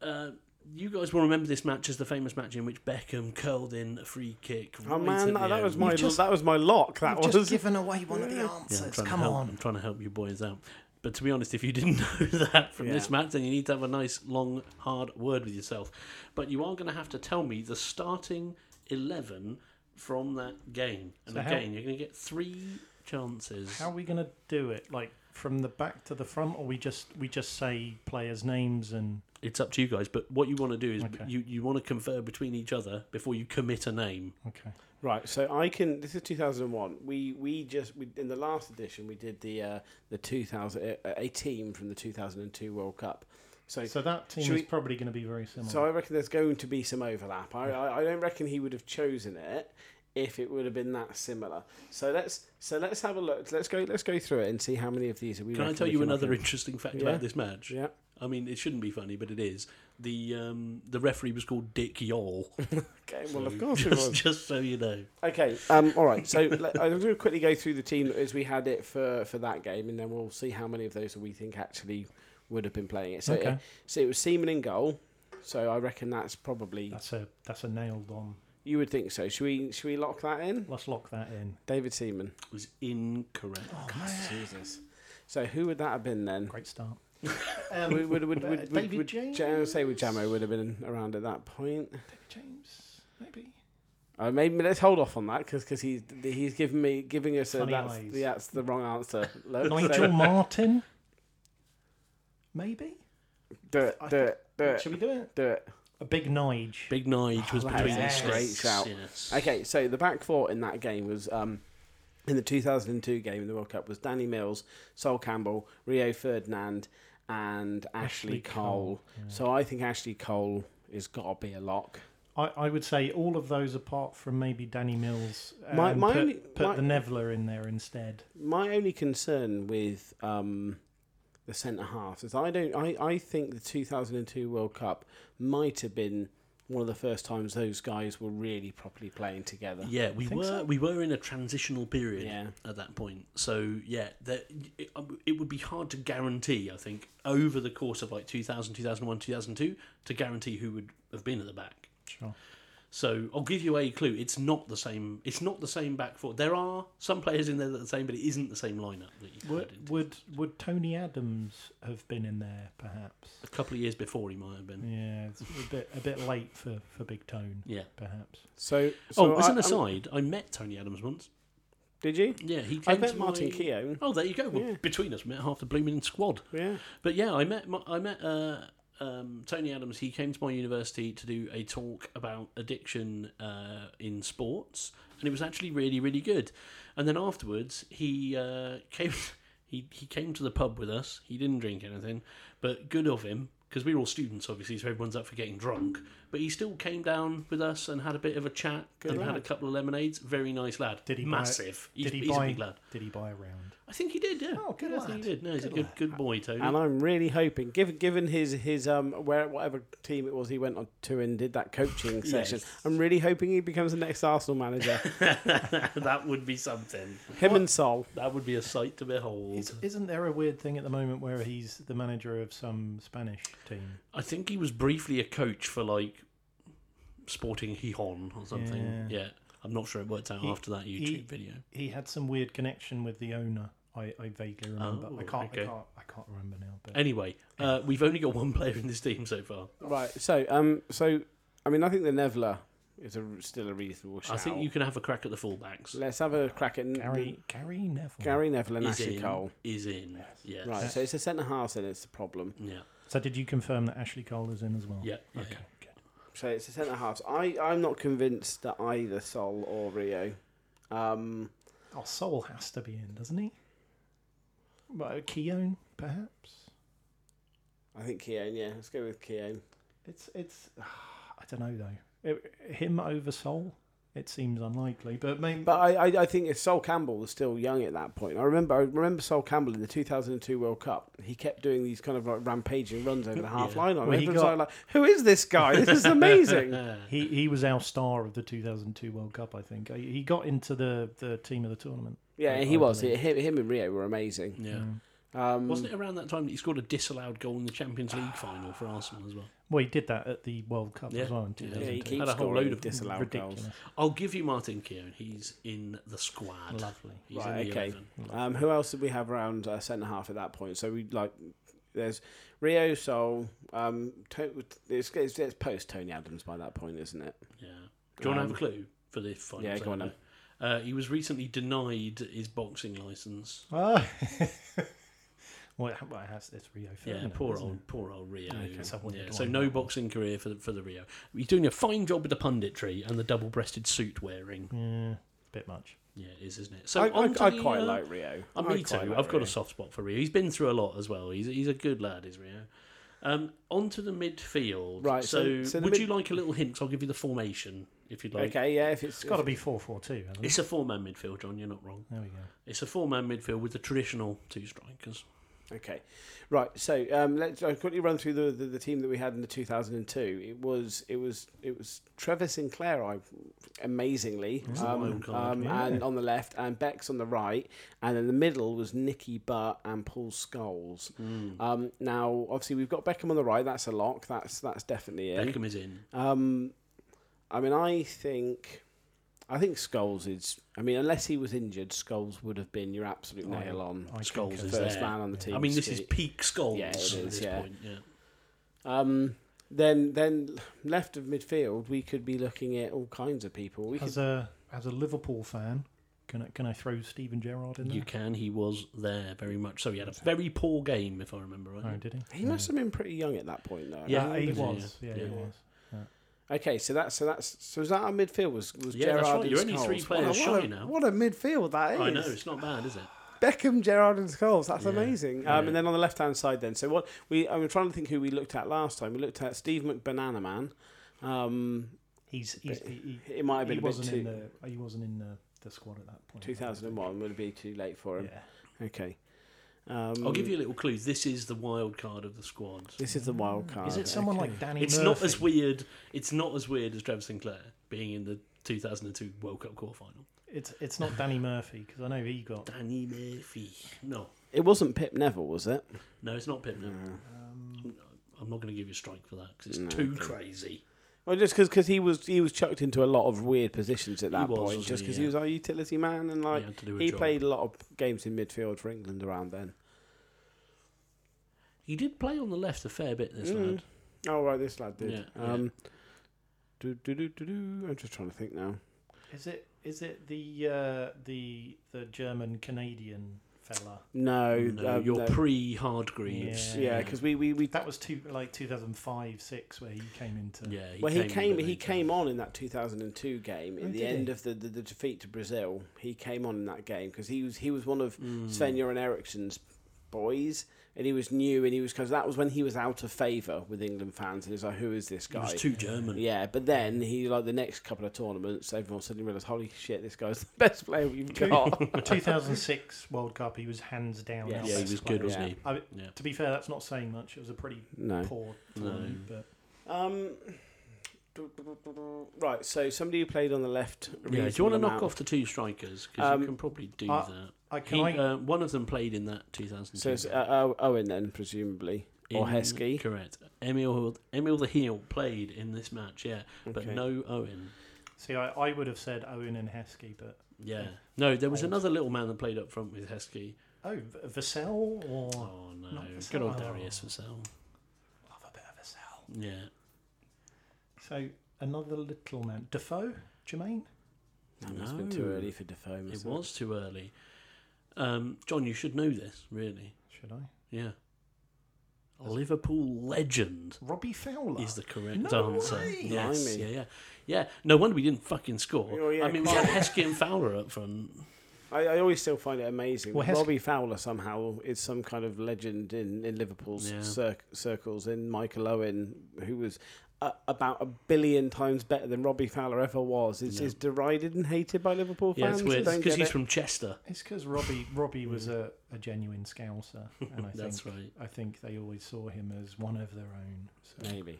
Speaker 1: uh, you guys will remember this match as the famous match in which Beckham curled in a free kick.
Speaker 2: Oh
Speaker 1: right
Speaker 2: man,
Speaker 1: at
Speaker 2: that,
Speaker 1: the
Speaker 2: that was
Speaker 1: end.
Speaker 2: my
Speaker 3: just-
Speaker 2: that was my lock. That
Speaker 3: You've
Speaker 2: was.
Speaker 3: just given away one of the
Speaker 1: Yeah, I'm
Speaker 3: answers.
Speaker 1: trying to
Speaker 3: Come
Speaker 1: help,
Speaker 3: on.
Speaker 1: I'm trying to help you boys out. But to be honest, if you didn't know that from this
Speaker 2: Yeah.
Speaker 1: match, then you need to have a nice, long, hard word with yourself. But you are going to have to tell me the starting 11 from that game. And
Speaker 3: So how-
Speaker 1: again, you're going to get three chances.
Speaker 3: How are we going to do it? Like from the back to the front, or we just we just say players' names and
Speaker 1: It's up to you guys. But what you want to do is
Speaker 3: Okay.
Speaker 1: you, you want to confer between each other before you commit a name.
Speaker 3: okay.
Speaker 2: Right, so I can. This is 2001. We we just we, in the last edition we did the uh, the 2000 uh, a team from the 2002 World Cup. So
Speaker 3: So that team
Speaker 2: Should
Speaker 3: is
Speaker 2: we-
Speaker 3: probably going to be very similar.
Speaker 2: so I reckon there's going to be some overlap. I I, I don't reckon he would have chosen it if it would have been that similar. So let's so let's have a look. Let's go let's go through it and see how many of these we.
Speaker 1: Can I
Speaker 2: reckon
Speaker 1: tell
Speaker 2: we
Speaker 1: you
Speaker 2: can
Speaker 1: another
Speaker 2: knock
Speaker 1: interesting fact
Speaker 2: Yeah.
Speaker 1: about this match?
Speaker 2: in. Yeah.
Speaker 1: I mean, it shouldn't be funny, but it is. The um, the referee was called Dick Yall.
Speaker 2: Okay. Well, of course it
Speaker 1: just,
Speaker 2: was.
Speaker 1: just so you know.
Speaker 2: Okay. Um. All right. So let, I'm going to quickly go through the team as we had it for for that game, and then we'll see how many of those we think actually would have been playing it. So
Speaker 3: Okay.
Speaker 2: it, so it was Seaman in goal. So I reckon that's probably
Speaker 3: that's a that's a nailed on.
Speaker 2: You would think so. Should we should we lock that in?
Speaker 3: Let's lock that in.
Speaker 2: David Seaman.
Speaker 1: was incorrect.
Speaker 2: Oh, Jesus. So who would that have been then?
Speaker 3: Great start.
Speaker 2: Would, would, would,
Speaker 3: Uh,
Speaker 2: would, would,
Speaker 3: David
Speaker 2: would,
Speaker 3: James?
Speaker 2: Ja- I would say would Jamo would have been around at that point.
Speaker 3: James, maybe.
Speaker 2: Uh, maybe let's hold off on that because he's he's giving me giving us a,
Speaker 3: Funny
Speaker 2: that's,
Speaker 3: eyes.
Speaker 2: the, that's the wrong answer. Look,
Speaker 3: Nigel Martin, maybe.
Speaker 2: do it, do it, do it,
Speaker 3: Should we do it?
Speaker 2: do it.
Speaker 3: A big Nige.
Speaker 1: Big Nige was
Speaker 2: Oh, that
Speaker 1: between
Speaker 3: is
Speaker 1: the
Speaker 3: a
Speaker 2: great
Speaker 1: sticks,
Speaker 2: shout.
Speaker 1: yes.
Speaker 2: Okay, so the back four in that game was um, in the 2002 game in the World Cup was Danny Mills, Sol Campbell, Rio Ferdinand, and Ashley,
Speaker 3: Ashley
Speaker 2: Cole.
Speaker 3: Cole,
Speaker 2: So I think Ashley Cole is got to be a lock.
Speaker 3: I, I would say all of those apart from maybe Danny Mills. uh,
Speaker 2: My-
Speaker 3: and
Speaker 2: my
Speaker 3: put,
Speaker 2: only-
Speaker 3: put
Speaker 2: my-
Speaker 3: the Nevler in there instead.
Speaker 2: My only concern with um, the centre halves is I don't. I, I think the 2002 World Cup might have been one of the first times those guys were really properly playing together.
Speaker 1: Yeah, we
Speaker 3: Think
Speaker 1: were
Speaker 3: so?
Speaker 1: we were in a transitional period
Speaker 2: Yeah.
Speaker 1: at that point. So yeah, that it, um, it would be hard to guarantee. I think over the course of like 2000, 2001, 2002 to guarantee who would have been at the back.
Speaker 3: Sure.
Speaker 1: So I'll give you a clue. It's not the same. It's not the same back four. There are some players in there that are the same, but it isn't the same lineup that you put
Speaker 3: Would, would would Tony Adams have been in there perhaps?
Speaker 1: a couple of years before. He might have been.
Speaker 3: Yeah, it's a bit a bit late for, for Big Tone
Speaker 1: Yeah.
Speaker 3: perhaps.
Speaker 2: So, so
Speaker 1: oh, as an
Speaker 2: I- I'm-
Speaker 1: aside, I met Tony Adams once.
Speaker 2: did you?
Speaker 1: Yeah, he came
Speaker 2: I met
Speaker 1: to
Speaker 2: Martin
Speaker 1: my...
Speaker 2: Keown.
Speaker 1: Oh, there you go. Well,
Speaker 2: Yeah.
Speaker 1: Between us, we met half the blooming squad.
Speaker 2: Yeah.
Speaker 1: But yeah, I met I met uh, um, Tony Adams. He came to my university to do a talk about addiction uh, in sports, and it was actually really really good. And then afterwards, he uh, came he he came to the pub with us. He didn't drink anything, but good of him because we were all students, obviously, so everyone's up for getting drunk. But he still came down with us and had a bit of a chat and had a
Speaker 2: lad.
Speaker 1: couple of lemonades. Very nice lad.
Speaker 3: Did he buy-
Speaker 1: massive? he's,
Speaker 3: did he
Speaker 1: he's
Speaker 3: buy
Speaker 1: a big lad.
Speaker 3: did he buy a round?
Speaker 1: I think he did. Yeah.
Speaker 3: Oh, good
Speaker 1: I think
Speaker 3: lad.
Speaker 1: he did. No, he's
Speaker 3: Good
Speaker 1: a good
Speaker 3: lad.
Speaker 1: good boy, Tony.
Speaker 2: And I'm really hoping, given given his his um where whatever team it was he went on to and did that coaching session, I'm really hoping he becomes the next Arsenal manager.
Speaker 1: that would be something.
Speaker 2: Him and Sol.
Speaker 1: That would be a sight to behold.
Speaker 3: Is, isn't there a weird thing at the moment where he's the manager of some Spanish team?
Speaker 1: I think he was briefly a coach for like Sporting Gijon or something. Yeah.
Speaker 3: Yeah.
Speaker 1: I'm not sure it worked out
Speaker 3: He-
Speaker 1: after that YouTube
Speaker 3: he-
Speaker 1: video.
Speaker 3: He had some weird connection with the owner. I, I vaguely remember.
Speaker 1: Oh,
Speaker 3: I can't
Speaker 1: okay.
Speaker 3: I can't I can't remember now. But
Speaker 1: Anyway, uh, we've only got one player in this team so far.
Speaker 2: Right. So um so I mean I think the Nevler is a, still a reasonable shout.
Speaker 1: I think you can have a crack at the fullbacks.
Speaker 2: Let's have a crack at
Speaker 3: Gary Gary Neville.
Speaker 2: Gary Neville and
Speaker 1: Is
Speaker 2: Ashley
Speaker 1: in.
Speaker 2: Cole.
Speaker 1: Is in. Yes.
Speaker 2: Right. So it's the centre half, and it's the problem.
Speaker 1: Yeah.
Speaker 3: So did you confirm that Ashley Cole is in as well?
Speaker 1: Yeah. yeah.
Speaker 3: Okay. Good.
Speaker 2: So it's the centre halves. I I'm not convinced that either Sol or Rio. Um.
Speaker 3: Oh, Sol has to be in, doesn't he? Well, Keown, perhaps.
Speaker 2: I think Keown. Yeah. Let's go with Keown.
Speaker 3: It's it's. I don't know though. It, him over Sol, it seems unlikely. But maybe
Speaker 2: But I, I, I think if Sol Campbell was still young at that point, I remember I remember Sol Campbell in the 2002 World Cup. He kept doing these kind of like rampaging runs over the half
Speaker 1: Yeah.
Speaker 2: line. On
Speaker 3: Well, he
Speaker 2: everyone's
Speaker 3: got-
Speaker 2: like, who is this guy? This is amazing.
Speaker 1: Uh,
Speaker 3: he he was our star of the 2002 World Cup. I think Uh, he he got into the the team of the tournament.
Speaker 2: yeah,
Speaker 3: I-
Speaker 2: he
Speaker 3: I
Speaker 2: was.
Speaker 3: believe.
Speaker 2: Him, him and Rio were amazing.
Speaker 1: yeah.
Speaker 2: Um,
Speaker 1: Wasn't it around that time that he scored a disallowed goal in the Champions League final for Arsenal as well?
Speaker 3: Well, he did that at the World Cup
Speaker 1: Yeah.
Speaker 3: as well in
Speaker 1: Yeah, he
Speaker 3: 2002.
Speaker 2: yeah, he
Speaker 1: Had
Speaker 2: keeps
Speaker 1: a whole
Speaker 2: scoring
Speaker 1: load of
Speaker 2: disallowed
Speaker 3: Ridiculous.
Speaker 2: goals.
Speaker 1: I'll give you Martin Keown. He's in the squad.
Speaker 3: Lovely.
Speaker 1: He's
Speaker 2: Right,
Speaker 1: in the
Speaker 2: okay.
Speaker 1: 11.
Speaker 2: Um, who else did we have around uh, centre half at that point? So we like there's Rio Sol. Um, to, it's, it's, it's post Tony Adams by that point, isn't it?
Speaker 1: Yeah. Do you want to have
Speaker 2: Um,
Speaker 1: a clue for the final?
Speaker 2: yeah, go on
Speaker 1: segment? Uh, he was recently denied his boxing license.
Speaker 3: Oh. well, it, well, it has it's Rio
Speaker 1: Yeah,
Speaker 3: Ferdinand.
Speaker 1: poor
Speaker 3: isn't
Speaker 1: old,
Speaker 3: it?
Speaker 1: poor old Rio.
Speaker 3: Okay. So I wondered
Speaker 1: Yeah,
Speaker 3: why
Speaker 1: so
Speaker 3: that
Speaker 1: no
Speaker 3: was.
Speaker 1: boxing career for the, for the Rio. He's doing a fine job with the punditry and the double-breasted suit wearing.
Speaker 3: Yeah, bit much.
Speaker 1: Yeah, it is, isn't it? So
Speaker 2: I,
Speaker 1: on to
Speaker 2: I, I
Speaker 1: the,
Speaker 2: quite
Speaker 1: uh,
Speaker 2: like Rio.
Speaker 1: Uh,
Speaker 2: I
Speaker 1: me
Speaker 2: quite
Speaker 1: too.
Speaker 2: like
Speaker 1: I've got
Speaker 2: Rio.
Speaker 1: a soft spot for Rio. He's been through a lot as well. He's he's a good lad, is Rio. Um, on to the midfield.
Speaker 2: Right, so-
Speaker 1: So,
Speaker 2: so the
Speaker 1: would
Speaker 2: mid-
Speaker 1: you like a little hint? 'Cause I'll give you the formation if you'd like.
Speaker 2: Okay, yeah. If it's
Speaker 3: It's got to be 4-4-2, hasn't it?
Speaker 1: It's a four-man midfield, John. You're not wrong.
Speaker 3: There we go.
Speaker 1: It's a four-man midfield with the traditional two strikers.
Speaker 2: Okay, right. So um, let's I'll quickly run through the, the, the team that we had in the 2002. It was it was it was Trevor Sinclair, I amazingly,
Speaker 1: He's a
Speaker 2: um,
Speaker 1: wild card,
Speaker 2: um,
Speaker 3: yeah.
Speaker 2: and on the left, and Beck's on the right, and in the middle was Nicky Butt and Paul Scholes.
Speaker 1: Hmm.
Speaker 2: Um, now, obviously, we've got Beckham on the right. That's a lock. That's that's definitely in.
Speaker 1: Beckham is in.
Speaker 2: Um, I mean, I think, I think Skulls is. I mean, unless he was injured, Skulls would have been your absolute
Speaker 3: I-
Speaker 2: nail on
Speaker 3: I
Speaker 1: Skulls
Speaker 3: concur.
Speaker 1: is
Speaker 2: first
Speaker 1: there.
Speaker 2: man on the team.
Speaker 1: I mean, this is
Speaker 2: sheet.
Speaker 1: peak skulls
Speaker 2: Yeah, it is,
Speaker 1: at this
Speaker 2: yeah.
Speaker 1: point. Yeah.
Speaker 2: Um, then, then left of midfield, we could be looking at all kinds of people. We
Speaker 3: As
Speaker 2: could,
Speaker 3: a as a Liverpool fan, can I can I throw Steven Gerrard in there?
Speaker 1: You can. He was there very much. So he had a very poor game, if I remember right.
Speaker 3: Oh, did he?
Speaker 2: he must have been pretty young at that point, though.
Speaker 1: Yeah,
Speaker 3: Uh, he
Speaker 1: he was,
Speaker 3: was.
Speaker 1: yeah.
Speaker 3: Yeah, he
Speaker 1: Yeah.
Speaker 3: was.
Speaker 2: Okay, so that's so that's so is that our midfield was was
Speaker 1: Yeah,
Speaker 2: Gerrard
Speaker 1: that's right,
Speaker 2: and
Speaker 1: you're only three
Speaker 2: Scholes? What a-
Speaker 1: players shy
Speaker 2: what a,
Speaker 1: now.
Speaker 2: What a midfield that is!
Speaker 1: I know it's not bad, is it?
Speaker 2: Beckham, Gerrard, and Scholes. That's
Speaker 1: Yeah.
Speaker 2: amazing. Um,
Speaker 1: Yeah.
Speaker 2: And then on the left hand side, then so what we I'm trying to think who we looked at last time. We looked at Steve McBanana Man. Um,
Speaker 3: He's, he's he, he,
Speaker 2: it might have been
Speaker 3: he
Speaker 2: a bit
Speaker 3: wasn't in
Speaker 2: too.
Speaker 3: the he wasn't in the, the squad at that point. I don't
Speaker 2: 2001 would be too late for him.
Speaker 3: think. Yeah.
Speaker 2: Okay. Um,
Speaker 1: I'll give you a little clue. This is the wild card of the squad.
Speaker 2: This is the wild card.
Speaker 3: Is it someone
Speaker 2: Ah, okay.
Speaker 3: like Danny?
Speaker 1: It's not as
Speaker 3: Murphy?
Speaker 1: weird. It's not as weird as Trevor Sinclair being in the 2002 World Cup quarterfinal.
Speaker 3: It's it's not Danny Murphy because I know he got.
Speaker 1: Danny Murphy. No,
Speaker 2: It wasn't Pip Neville, was it?
Speaker 1: no, it's not Pittman.
Speaker 2: No.
Speaker 3: Um,
Speaker 1: I'm not going to give you a strike for that because it's
Speaker 2: No,
Speaker 1: too crazy.
Speaker 2: Well, just because he was he was chucked into a lot of weird positions at that
Speaker 1: was,
Speaker 2: point,
Speaker 1: wasn't
Speaker 2: just
Speaker 1: he?
Speaker 2: because
Speaker 1: Yeah.
Speaker 2: he was our utility man and like
Speaker 1: he had to do a
Speaker 2: He
Speaker 1: job.
Speaker 2: played a lot of games in midfield for England around then.
Speaker 1: He did play on the left a fair bit. This
Speaker 2: Mm.
Speaker 1: lad.
Speaker 2: Oh right, this lad did.
Speaker 1: Yeah, yeah.
Speaker 2: um, Do, do, do, do, do. I'm just trying to think now.
Speaker 3: is it is it the uh, the the German Canadian fella?
Speaker 2: No,
Speaker 1: Oh, No,
Speaker 2: um,
Speaker 1: your
Speaker 2: no.
Speaker 1: pre-hard greaves.
Speaker 3: Yeah.
Speaker 2: yeah, because we we, we
Speaker 3: That was two like 2005 six where he came into.
Speaker 1: yeah. He
Speaker 2: well he
Speaker 1: in
Speaker 2: came
Speaker 1: with
Speaker 2: he
Speaker 1: it.
Speaker 2: came on in that 2002 game in
Speaker 3: Oh,
Speaker 2: the
Speaker 3: did
Speaker 2: end
Speaker 3: he?
Speaker 2: of the, the, the defeat to Brazil. He came on in that game because he was he was one of
Speaker 1: Mm.
Speaker 2: Sven Göran Eriksson's boys. And he was new, and he was because that was when he was out of favour with England fans, and he was like, "Who is this
Speaker 1: He
Speaker 2: guy?"
Speaker 1: was too German.
Speaker 2: Yeah, but then he like the next couple of tournaments, everyone suddenly realised, holy shit, this guy's the best player we've got.
Speaker 3: 2006 World Cup. He was hands down.
Speaker 2: Yes.
Speaker 3: our
Speaker 1: Yeah, he
Speaker 3: best
Speaker 1: was
Speaker 3: player.
Speaker 1: good, wasn't he?
Speaker 3: I mean,
Speaker 1: Yeah.
Speaker 3: to be fair, that's not saying much. It was a pretty
Speaker 2: no.
Speaker 3: poor
Speaker 1: No.
Speaker 3: tournament, but
Speaker 2: Um. Right, so somebody who played on the left.
Speaker 1: Yeah, do you
Speaker 2: reasonable
Speaker 1: want to knock
Speaker 2: amount.
Speaker 1: off the two strikers because
Speaker 2: Um,
Speaker 1: you can probably do
Speaker 3: uh,
Speaker 1: that.
Speaker 3: I can
Speaker 1: He,
Speaker 3: I
Speaker 1: uh, one of them played in that 2002.
Speaker 2: So it's uh, uh, Owen then, presumably, or
Speaker 1: In-
Speaker 2: Heskey.
Speaker 1: Correct. Emil Emil the heel played in this match. Yeah, but
Speaker 2: Okay.
Speaker 1: no Owen.
Speaker 3: see. I, I would have said Owen and Heskey, but
Speaker 1: Yeah.
Speaker 3: Yeah.
Speaker 1: No, there was
Speaker 3: Old.
Speaker 1: another little man that played up front with Heskey.
Speaker 3: oh, V- Vassell or
Speaker 1: Oh no,
Speaker 3: not Vassell.
Speaker 1: good old
Speaker 3: Oh.
Speaker 1: Darius Vassell.
Speaker 3: love a bit of Vassell.
Speaker 1: Yeah.
Speaker 3: So another little man, Defoe, Jermaine.
Speaker 2: That must have been too
Speaker 1: No.
Speaker 2: early for Defoe. mustn't
Speaker 1: Oh. It was too early. Um, John, you should know this, really.
Speaker 3: Should I?
Speaker 1: Yeah. Liverpool legend
Speaker 3: Robbie Fowler.
Speaker 1: is the correct
Speaker 3: No
Speaker 1: answer.
Speaker 3: way!
Speaker 1: Yes.
Speaker 2: Blimey.
Speaker 1: Yeah, yeah. Yeah. No wonder we didn't fucking score.
Speaker 2: Oh, yeah,
Speaker 1: I mean, we had
Speaker 2: quite.
Speaker 1: Heskey and Fowler up front.
Speaker 2: I, I always still find it amazing.
Speaker 3: Well, Hes-
Speaker 2: Robbie Fowler somehow is some kind of legend in, in Liverpool's
Speaker 1: Yeah.
Speaker 2: cir- circles. And Michael Owen, who was a, about a billion times better than Robbie Fowler ever was, is,
Speaker 1: Yeah.
Speaker 2: is derided and hated by Liverpool
Speaker 1: Yeah,
Speaker 2: fans.
Speaker 1: it's weird
Speaker 2: Don't
Speaker 1: because
Speaker 2: get
Speaker 1: he's
Speaker 2: it.
Speaker 1: from Chester.
Speaker 3: It's because Robbie Robbie was a, a genuine scouser, and I
Speaker 1: That's
Speaker 3: think
Speaker 1: right.
Speaker 3: I think they always saw him as one of their own. So.
Speaker 2: Maybe.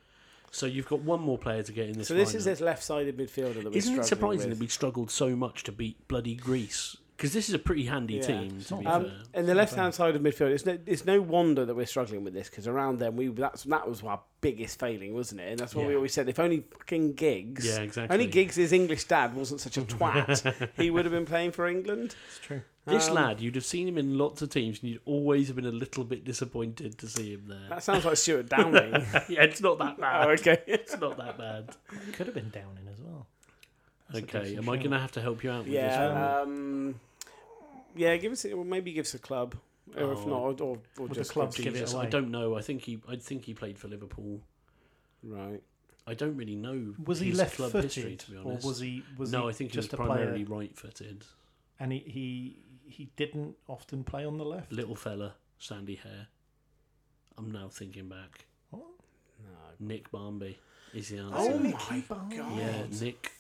Speaker 1: So you've got one more player to get in this.
Speaker 2: So this
Speaker 1: lineup.
Speaker 2: is this left-sided midfielder that we're
Speaker 1: Isn't it surprising
Speaker 2: struggling
Speaker 1: that we struggled so much to beat bloody Greece? Because this is a pretty handy
Speaker 2: Yeah.
Speaker 1: team,
Speaker 3: It's
Speaker 1: to
Speaker 3: not
Speaker 1: be
Speaker 2: with? Um,
Speaker 1: fair.
Speaker 2: and the left-hand side of midfield, it's no, it's no wonder that we're struggling with this because around them we that's that was our biggest failing, wasn't it? And that's what we
Speaker 1: Yeah.
Speaker 2: always said. If only fucking gigs,
Speaker 1: Yeah, exactly.
Speaker 2: Only Giggs' his English dad wasn't such a twat. he would have been playing for England.
Speaker 3: It's true.
Speaker 1: This
Speaker 2: Um,
Speaker 1: lad, you'd have seen him in lots of teams, and you'd always have been a little bit disappointed to see him there.
Speaker 2: That sounds like Stuart Downing.
Speaker 1: yeah, it's not that bad.
Speaker 2: oh, okay.
Speaker 1: It's not that bad.
Speaker 3: Could have been Downing as well. That's a
Speaker 1: okay,
Speaker 3: decent
Speaker 1: am I
Speaker 3: shout.
Speaker 1: going to have to help you out with this one?
Speaker 2: Yeah. Um, yeah. Give us. Well, maybe give us a club, or if
Speaker 1: Oh.
Speaker 2: not, or, or, or
Speaker 3: the
Speaker 2: just
Speaker 3: club to give it
Speaker 1: Jesus, I
Speaker 3: away.
Speaker 1: don't know. I think he, I think he played for Liverpool.
Speaker 2: Right.
Speaker 1: I don't really know.
Speaker 3: Was he
Speaker 1: his
Speaker 3: left
Speaker 1: club
Speaker 3: footed,
Speaker 1: history? To be honest,
Speaker 3: or was he was
Speaker 1: no,
Speaker 3: he
Speaker 1: I think he was
Speaker 3: just a
Speaker 1: primarily
Speaker 3: player?
Speaker 1: right-footed.
Speaker 3: And he, he he didn't often play on the left.
Speaker 1: Little fella, sandy hair. I'm now thinking back.
Speaker 2: No.
Speaker 1: Nick Barmby is the answer.
Speaker 2: Oh
Speaker 3: Nicky
Speaker 2: my god.
Speaker 3: Barnes.
Speaker 1: Yeah, Nick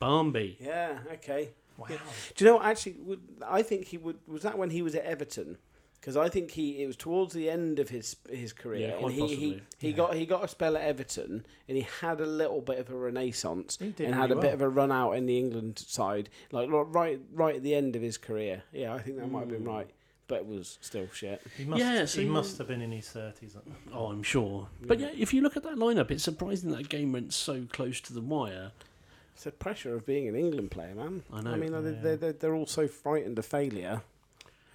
Speaker 1: Barmby.
Speaker 2: Yeah. Okay.
Speaker 3: Wow.
Speaker 2: Do you know? what, Actually, would- I think he would. Was that when he was at Everton? Because I think he it was towards the end of his his career,
Speaker 1: Yeah,
Speaker 2: and
Speaker 1: quite
Speaker 2: he, he,
Speaker 1: possibly.
Speaker 2: he
Speaker 3: Yeah.
Speaker 2: got he got a spell at Everton, and he had a little bit of a renaissance,
Speaker 3: He
Speaker 2: and
Speaker 3: did
Speaker 2: had
Speaker 3: really
Speaker 2: a bit
Speaker 3: well.
Speaker 2: of a run out in the England side, like lo- right right at the end of his career. Yeah, I think that might have
Speaker 3: Hmm.
Speaker 2: been right, but it was still shit.
Speaker 3: He must
Speaker 1: Yeah, so
Speaker 3: he
Speaker 1: you-
Speaker 3: must have been in his thirties.
Speaker 1: Oh, I'm sure. But yeah, if you look at that lineup, it's surprising that game went so close to the wire.
Speaker 2: It's the pressure of being an England player, man.
Speaker 1: I know.
Speaker 2: I mean,
Speaker 3: Yeah.
Speaker 2: they're, they're, they're all so frightened of failure.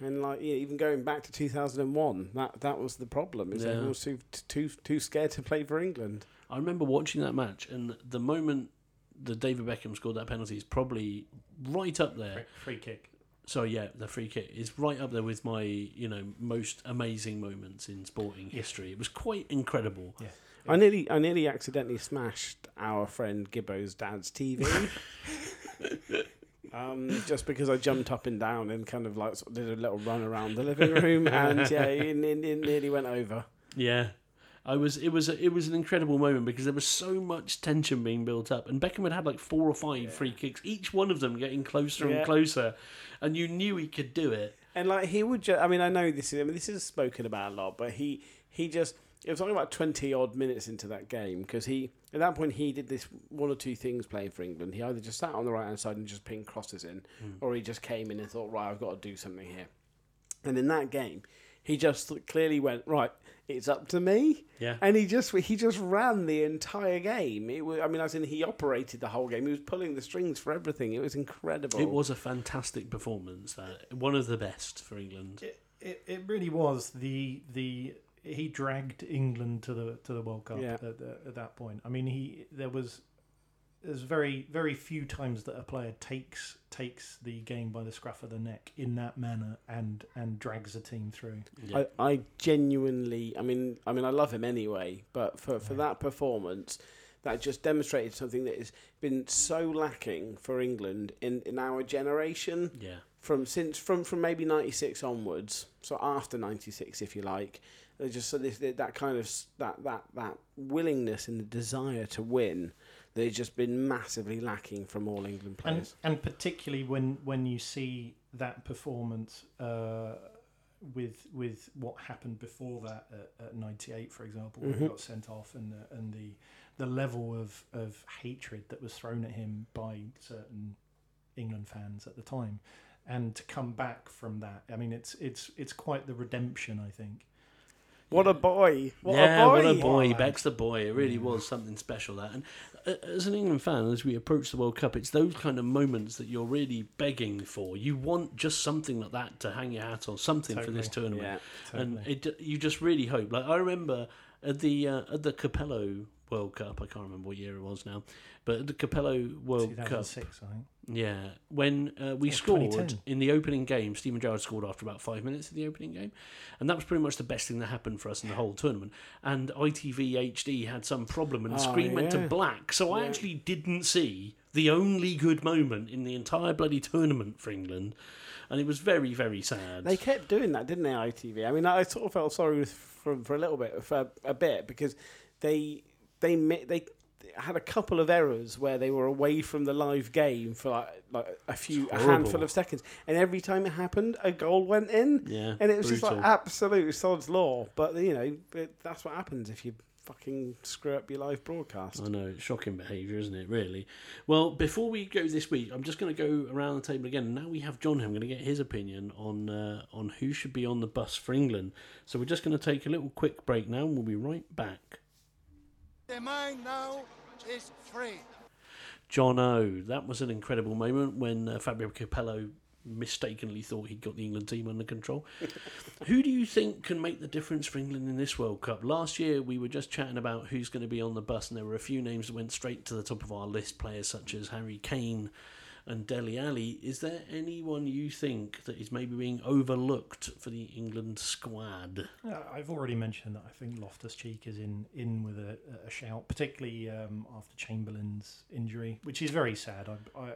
Speaker 2: And like yeah, even going back to 2001, that, that was the problem. Is
Speaker 1: Yeah.
Speaker 2: everyone was too, too too scared to play for England?
Speaker 1: I remember watching that match, and the moment that David Beckham scored that penalty is probably right up there.
Speaker 3: Free, free kick.
Speaker 1: So yeah, the free kick is right up there with my you know most amazing moments in sporting history. It was quite incredible.
Speaker 3: Yeah.
Speaker 2: I nearly I nearly accidentally smashed our friend Gibbo's dad's TV. Um, just because I jumped up and down and kind of like sort of did a little run around the living room and yeah, it, it, it nearly went over.
Speaker 1: Yeah. I was it was it was an incredible moment because there was so much tension being built up and Beckham had had like four or five free kicks each one of them getting closer
Speaker 2: Yeah.
Speaker 1: and closer and you knew he could do it
Speaker 2: And like he would just, I mean, I know this is, I mean, this is spoken about a lot, but he, he just, it was only about 20 odd minutes into that game because he, at that point, he did this one or two things playing for England. He either just sat on the right hand side and just pinged crosses in,
Speaker 1: Hmm.
Speaker 2: or he just came in and thought, right, I've got to do something here. And in that game, he just clearly went, right, it's up to me.
Speaker 1: Yeah.
Speaker 2: And he just he just ran the entire game. It was, I mean, as in he operated the whole game. He was pulling the strings for everything. It was incredible.
Speaker 1: it was a fantastic performance that one of the best for England
Speaker 3: It, it, it really was the the he dragged England to the to the World Cup
Speaker 2: Yeah.
Speaker 3: at, the, at that point. I mean, he there was there's very very few times that a player takes takes the game by the scruff of the neck in that manner and and drags a team through.
Speaker 1: Yeah.
Speaker 2: I, I genuinely, I mean, I mean, I love him anyway, but for, for that performance, that just demonstrated something that has been so lacking for England in, in our generation
Speaker 1: yeah
Speaker 2: from since from, from maybe '96 onwards, so after '96, if you like. They just so this that kind of s- that that that willingness and the desire to win that has just been massively lacking from all England
Speaker 3: and
Speaker 2: players.
Speaker 3: and particularly when when you see that performance uh, with with what happened before that at, at 98 for example
Speaker 1: Mm-hmm.
Speaker 3: where he got sent off and the, and the the level of of hatred that was thrown at him by certain England fans at the time and to come back from that i mean it's it's it's quite the redemption i think
Speaker 2: what a boy! What
Speaker 1: yeah,
Speaker 2: a boy!
Speaker 1: what
Speaker 2: Oh,
Speaker 1: a boy!
Speaker 3: Wow.
Speaker 1: Beck's the boy. It really was something special. That, and uh, as an England fan, as we approach the World Cup, it's those kind of moments that you're really begging for. You want just something like that to hang your hat on, something for this tournament.
Speaker 2: Yeah,
Speaker 1: And it, ju- you just really hope. Like I remember at the uh, at the Capello World Cup. I can't remember what year it was now, but at the Capello World Cup,
Speaker 3: 2006 i think
Speaker 1: yeah, when uh, we
Speaker 3: Yeah,
Speaker 1: scored
Speaker 3: 2010.
Speaker 1: in the opening game, Stephen Gerrard scored after about five minutes of the opening game, and that was pretty much the best thing that happened for us in the whole tournament. And ITV HD had some problem, and the
Speaker 2: Oh,
Speaker 1: screen went to
Speaker 2: yeah.
Speaker 1: black, so I actually didn't see the only good moment in the entire bloody tournament for England, and it was very very sad.
Speaker 2: They kept doing that, didn't they? ITV. I mean, I sort of felt sorry for for a little bit, for a bit, because they they mi- they had a couple of errors where they were away from the live game for like, like a few a
Speaker 1: horrible.
Speaker 2: handful of seconds, and every time it happened, a goal went in.
Speaker 1: Yeah,
Speaker 2: and it was just like
Speaker 1: brutal.
Speaker 2: absolute sod's law. But you know, but that's what happens if you fucking screw up your live broadcast.
Speaker 1: I know, it's shocking behaviour, isn't it, really? Well, before we go this week, I'm just going to go around the table again. Now we have John here, I'm going to get his opinion on, uh, on who should be on the bus for England. So we're just going to take a little quick break now and we'll be right back.
Speaker 7: The mind now is free.
Speaker 1: John O. That was an incredible moment when uh, Fabio Capello mistakenly thought he'd got the England team under control. Who do you think can make the difference for England in this World Cup? Last year, we were just chatting about who's going to be on the bus, and there were a few names that went straight to the top of our list, players such as Harry Kane and Deli Ali. Is there anyone you think that is maybe being overlooked for the England squad?
Speaker 3: Uh, I've already mentioned that I think Loftus Cheek is in in with a, a shout, particularly um, after Chamberlain's injury, which is very sad. I, I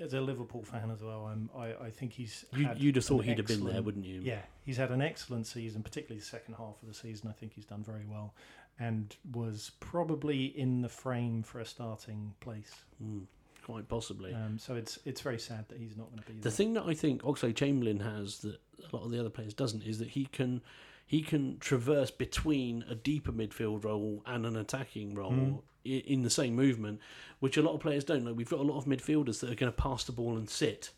Speaker 3: as a Liverpool fan as well, I'm, I I think he's
Speaker 1: You,
Speaker 3: had
Speaker 1: you'd have thought
Speaker 3: an
Speaker 1: he'd have been there,
Speaker 3: excellent-
Speaker 1: wouldn't you?
Speaker 3: Yeah, he's had an excellent season, particularly the second half of the season. I think he's done very well, and was probably in the frame for a starting place.
Speaker 1: Mm, quite possibly.
Speaker 3: Um, so it's it's very sad that he's not going to be
Speaker 1: The
Speaker 3: there.
Speaker 1: thing that I think Oxley Chamberlain has that a lot of the other players doesn't is that he can he can traverse between a deeper midfield role and an attacking role i in the same movement, which a lot of players don't. Like we've got a lot of midfielders that are going to pass the ball and sit.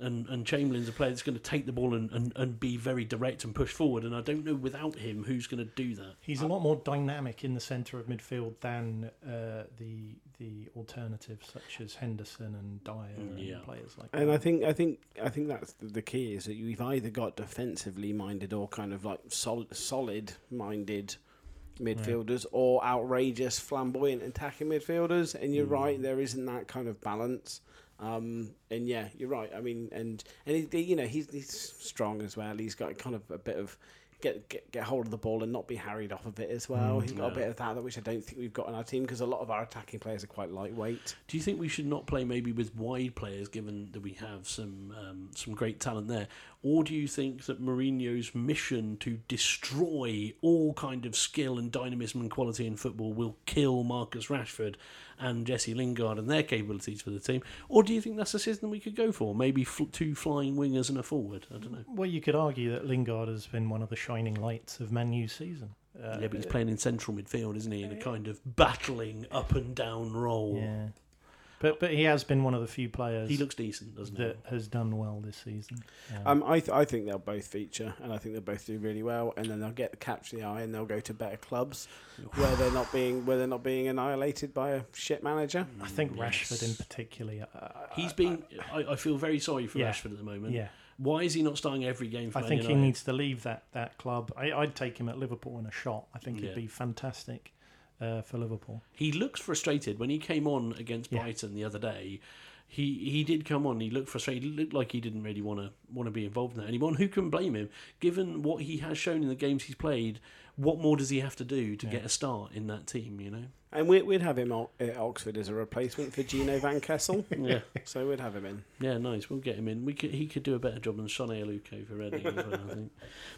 Speaker 1: and and Chamberlain's a player that's going to take the ball and, and, and be very direct and push forward. And I don't know without him who's going to do that.
Speaker 3: He's a lot more dynamic in the centre of midfield than uh, the the alternatives such as Henderson and Dyer
Speaker 1: Mm, Yeah.
Speaker 3: and players like
Speaker 2: And
Speaker 3: that.
Speaker 2: I think I think I think that's th- the key is that you've either got defensively minded or kind of like sol- solid minded midfielders or outrageous flamboyant attacking midfielders. And
Speaker 3: Hmm.
Speaker 2: you're right, there isn't that kind of balance. Um, and yeah, you're right. I mean, and and he- he, you know he's he's strong as well. He's got kind of a bit of. Get, get get hold of the ball and not be harried off of it as
Speaker 3: Hmm,
Speaker 2: well. He's got a
Speaker 1: yeah.
Speaker 2: bit of that, which I don't think we've got in our team because a lot of our attacking players are quite lightweight.
Speaker 1: Do you think we should not play maybe with wide players, given that we have some um, some great talent there, or do you think that Mourinho's mission to destroy all kind of skill and dynamism and quality in football will kill Marcus Rashford and Jesse Lingard and their capabilities for the team, or do you think that's a system we could go for? Maybe fl- two flying wingers and a forward. I don't know.
Speaker 3: Well, you could argue that Lingard has been one of the shining lights of Man U's season. Uh,
Speaker 1: yeah, but he's playing in central midfield, isn't he? In a kind of battling up and down role.
Speaker 3: yeah. But but he has been one of the few players
Speaker 1: He looks decent, doesn't he?
Speaker 3: that has done well this season. Um,
Speaker 2: Um, I, th- I think they'll both feature, and I think they'll both do really well, and then they'll get catch the eye, and they'll go to better clubs where they're not being where they're not being annihilated by a shit manager.
Speaker 3: I think Rashford
Speaker 1: Mm,
Speaker 3: in
Speaker 1: yes.
Speaker 3: particular. Uh,
Speaker 1: He's been. I, I feel very sorry for
Speaker 3: Yeah.
Speaker 1: Rashford at the moment.
Speaker 3: yeah,
Speaker 1: Why is he not starting every game for
Speaker 3: I
Speaker 1: Man
Speaker 3: think he
Speaker 1: United?
Speaker 3: needs to leave that that club. I, I'd take him at Liverpool in a shot. I think
Speaker 1: Yeah.
Speaker 3: he'd be fantastic uh, for Liverpool.
Speaker 1: He looks frustrated when he came on against
Speaker 3: Yeah.
Speaker 1: Brighton the other day. He he did come on. He looked frustrated. He looked like he didn't really want to want to be involved in that anymore. And who can blame him, given what he has shown in the games he's played? What more does he have to do to get a start in that team? You know.
Speaker 2: And we, we'd have him o- at Oxford as a replacement for Gino Van Kessel,
Speaker 1: Yeah.
Speaker 2: so we'd have him in.
Speaker 1: Yeah, nice. We'll get him in. We could, he could do a better job than Sean Aluko for Reading as well, I think.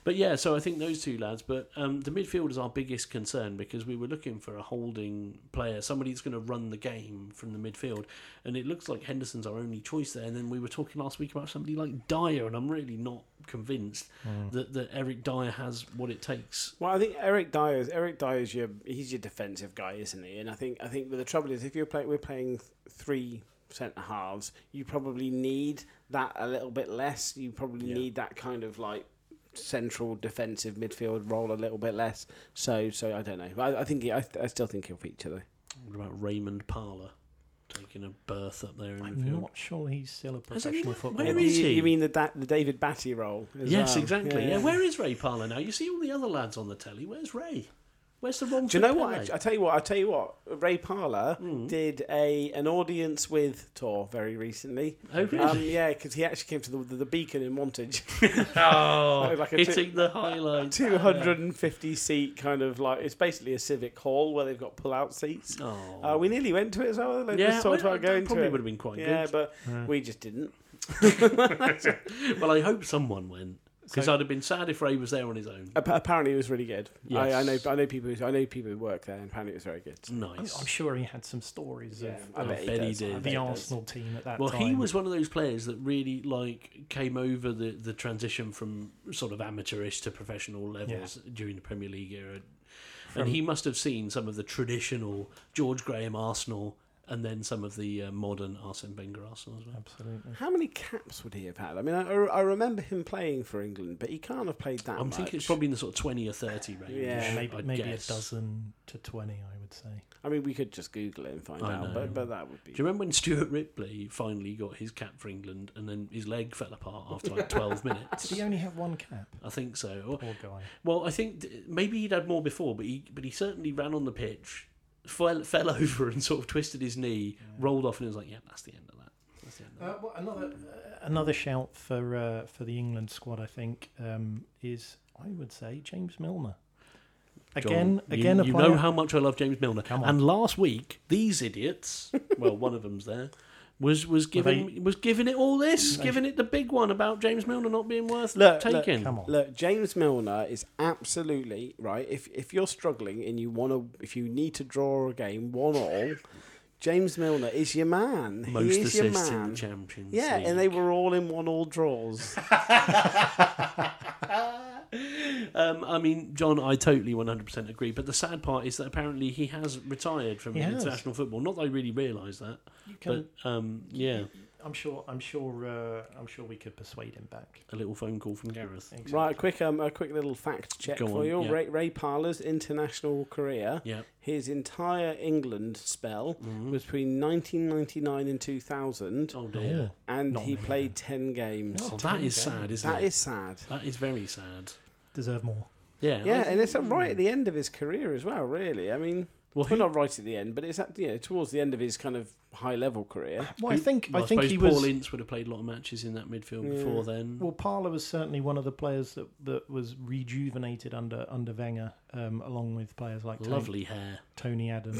Speaker 1: But yeah, so I think those two lads. But um, the midfield is our biggest concern because we were looking for a holding player, somebody that's going to run the game from the midfield, and it looks like Henderson's our only choice there. And then we were talking last week about somebody like Dyer, and I'm really not convinced
Speaker 3: Mm.
Speaker 1: that, that Eric Dyer has what it takes.
Speaker 2: Well, I think Eric Dyer is Eric Dyer's your he's your defensive guy, isn't he? And I think I think but the trouble is if you're playing we're playing th- three centre halves, you probably need that a little bit less. You probably
Speaker 1: Yeah.
Speaker 2: need that kind of like central defensive midfield role a little bit less. So so I don't know. But I, I think he, I, I still think he'll feature though.
Speaker 1: What about Raymond Parler taking a berth up there in
Speaker 3: I'm
Speaker 1: midfield?
Speaker 3: not sure he's still a
Speaker 1: Has
Speaker 3: professional
Speaker 1: anyone-
Speaker 3: footballer.
Speaker 1: Where is
Speaker 2: you,
Speaker 1: he?
Speaker 2: You mean the da- the David Batty role? as
Speaker 1: Yes,
Speaker 2: well.
Speaker 1: exactly. Yeah. where is Ray Parler now? You see all the other lads on the telly. Where's Ray? Where's the Romford
Speaker 2: Do you know what?
Speaker 1: Pele?
Speaker 2: Actually, I tell you what. I tell you what. Ray Parler
Speaker 1: Hmm.
Speaker 2: did a an audience with tour very recently.
Speaker 1: Oh, really?
Speaker 2: Um, yeah, because he actually came to the the, the beacon in Montage,
Speaker 1: oh,
Speaker 2: like a two-
Speaker 1: hitting the highlights.
Speaker 2: two hundred and fifty seat kind of like it's basically a civic hall where they've got pull out seats.
Speaker 1: Oh.
Speaker 2: Uh, we nearly went to it as well. Like,
Speaker 1: yeah,
Speaker 2: just talked
Speaker 1: well,
Speaker 2: about
Speaker 1: that
Speaker 2: going
Speaker 1: probably
Speaker 2: to it.
Speaker 1: would have been quite
Speaker 2: yeah,
Speaker 1: good.
Speaker 2: but we just didn't.
Speaker 1: Well, I hope someone went because
Speaker 3: So-
Speaker 1: I'd have been sad if Ray was there on his own.
Speaker 2: Appa- Apparently, it was really good. I, I know.
Speaker 1: Yes.
Speaker 2: I know people. Who, I know people who work there, and apparently, it was very good.
Speaker 3: I'm,
Speaker 1: Nice.
Speaker 3: I'm sure he had some stories
Speaker 2: I
Speaker 1: I
Speaker 2: bet,
Speaker 1: bet he
Speaker 2: does. I
Speaker 1: did.
Speaker 2: bet
Speaker 3: of the
Speaker 2: he does.
Speaker 3: Arsenal team at that
Speaker 1: well,
Speaker 3: time.
Speaker 1: he was one of those players that really like came over the, the transition from sort of amateurish to professional levels during the Premier League era,
Speaker 3: From-
Speaker 1: and he must have seen some of the traditional George Graham Arsenal and then some of the uh, modern Arsene Wenger Arsenal as well.
Speaker 3: absolutely.
Speaker 2: How many caps would he have had? I mean, I, I remember him playing for England, but he can't have played that
Speaker 1: I'm
Speaker 2: much.
Speaker 1: thinking it's probably in the sort of 20 or 30 range.
Speaker 2: Yeah,
Speaker 3: Yeah, maybe,
Speaker 1: I'd
Speaker 3: maybe a
Speaker 1: guess.
Speaker 3: dozen to twenty, I would say.
Speaker 2: I mean, we could just Google it and find
Speaker 1: I
Speaker 2: out,
Speaker 1: know.
Speaker 2: but but that would be.
Speaker 1: Do you remember when Stuart Ripley finally got his cap for England and then his leg fell apart after like 12 minutes?
Speaker 3: Did he only have one cap?
Speaker 1: I think so. Or-
Speaker 3: Poor guy.
Speaker 1: Well, I think th- maybe he'd had more before, but he but he certainly ran on the pitch, fell, fell over and sort of twisted his knee, rolled off, and it was like, yeah, that's the end of that. That's the end of that.
Speaker 3: Uh, well, another uh, another shout for uh, for the England squad, I think, um, is I would say James Milner. Again,
Speaker 1: John,
Speaker 3: again,
Speaker 1: you,
Speaker 3: a
Speaker 1: you
Speaker 3: player-
Speaker 1: know how much I love James Milner.
Speaker 3: Come on.
Speaker 1: And last week, these idiots, well, one of them's there, was was giving was giving it all this, giving it the big one about James Milner not being worth
Speaker 2: Look, look,
Speaker 1: taking.
Speaker 3: come on.
Speaker 2: Look, James Milner is absolutely right. If if you're struggling and you want to, if you need to draw a game one all, James Milner is your man. He
Speaker 1: Most
Speaker 2: is your
Speaker 1: assists in
Speaker 2: man.
Speaker 1: the Champions
Speaker 2: Yeah,
Speaker 1: League.
Speaker 2: and they were all in one all draws.
Speaker 1: Um, I mean, John, I totally 100% agree. But the sad part is that apparently he has retired from
Speaker 3: He has.
Speaker 1: international football. Not that I really realised that.
Speaker 3: You can-
Speaker 1: but um, yeah,
Speaker 3: I'm sure. I'm sure. Uh, I'm sure we could persuade him back.
Speaker 1: A little phone call from Gareth.
Speaker 3: Exactly.
Speaker 2: Right, a quick um, a quick little fact check
Speaker 1: Go
Speaker 2: for
Speaker 1: on,
Speaker 2: you.
Speaker 1: yeah.
Speaker 2: Ray, Ray Parler's international career,
Speaker 1: Yeah.
Speaker 2: his entire England spell was between 1999 and 2000,
Speaker 1: Oh dear.
Speaker 2: and
Speaker 3: Not
Speaker 2: he
Speaker 3: me.
Speaker 2: played 10 games.
Speaker 1: Oh,
Speaker 3: Oh,
Speaker 1: that
Speaker 3: dear.
Speaker 1: is sad, isn't
Speaker 2: That
Speaker 1: it?
Speaker 2: is sad.
Speaker 1: That is very sad.
Speaker 3: Deserve more.
Speaker 1: Yeah.
Speaker 2: Yeah, and it's right at the end of his career as well. Really, I mean,
Speaker 1: Well,
Speaker 2: well,
Speaker 1: who-
Speaker 2: not right at the end, but it's at you know towards the end of his kind of high level career.
Speaker 3: Well, I think.
Speaker 1: Well,
Speaker 3: I think
Speaker 1: suppose
Speaker 3: he
Speaker 1: Paul
Speaker 3: was.
Speaker 1: Ince would have played a lot of matches in that midfield
Speaker 2: Yeah.
Speaker 1: before then.
Speaker 3: Well, Parler was certainly one of the players that, that was rejuvenated under under Wenger, um, along with players like Tony-
Speaker 1: Lovely hair.
Speaker 3: Tony Adams.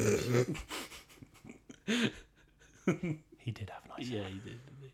Speaker 3: he did have nice.
Speaker 1: Yeah, he did. Didn't he?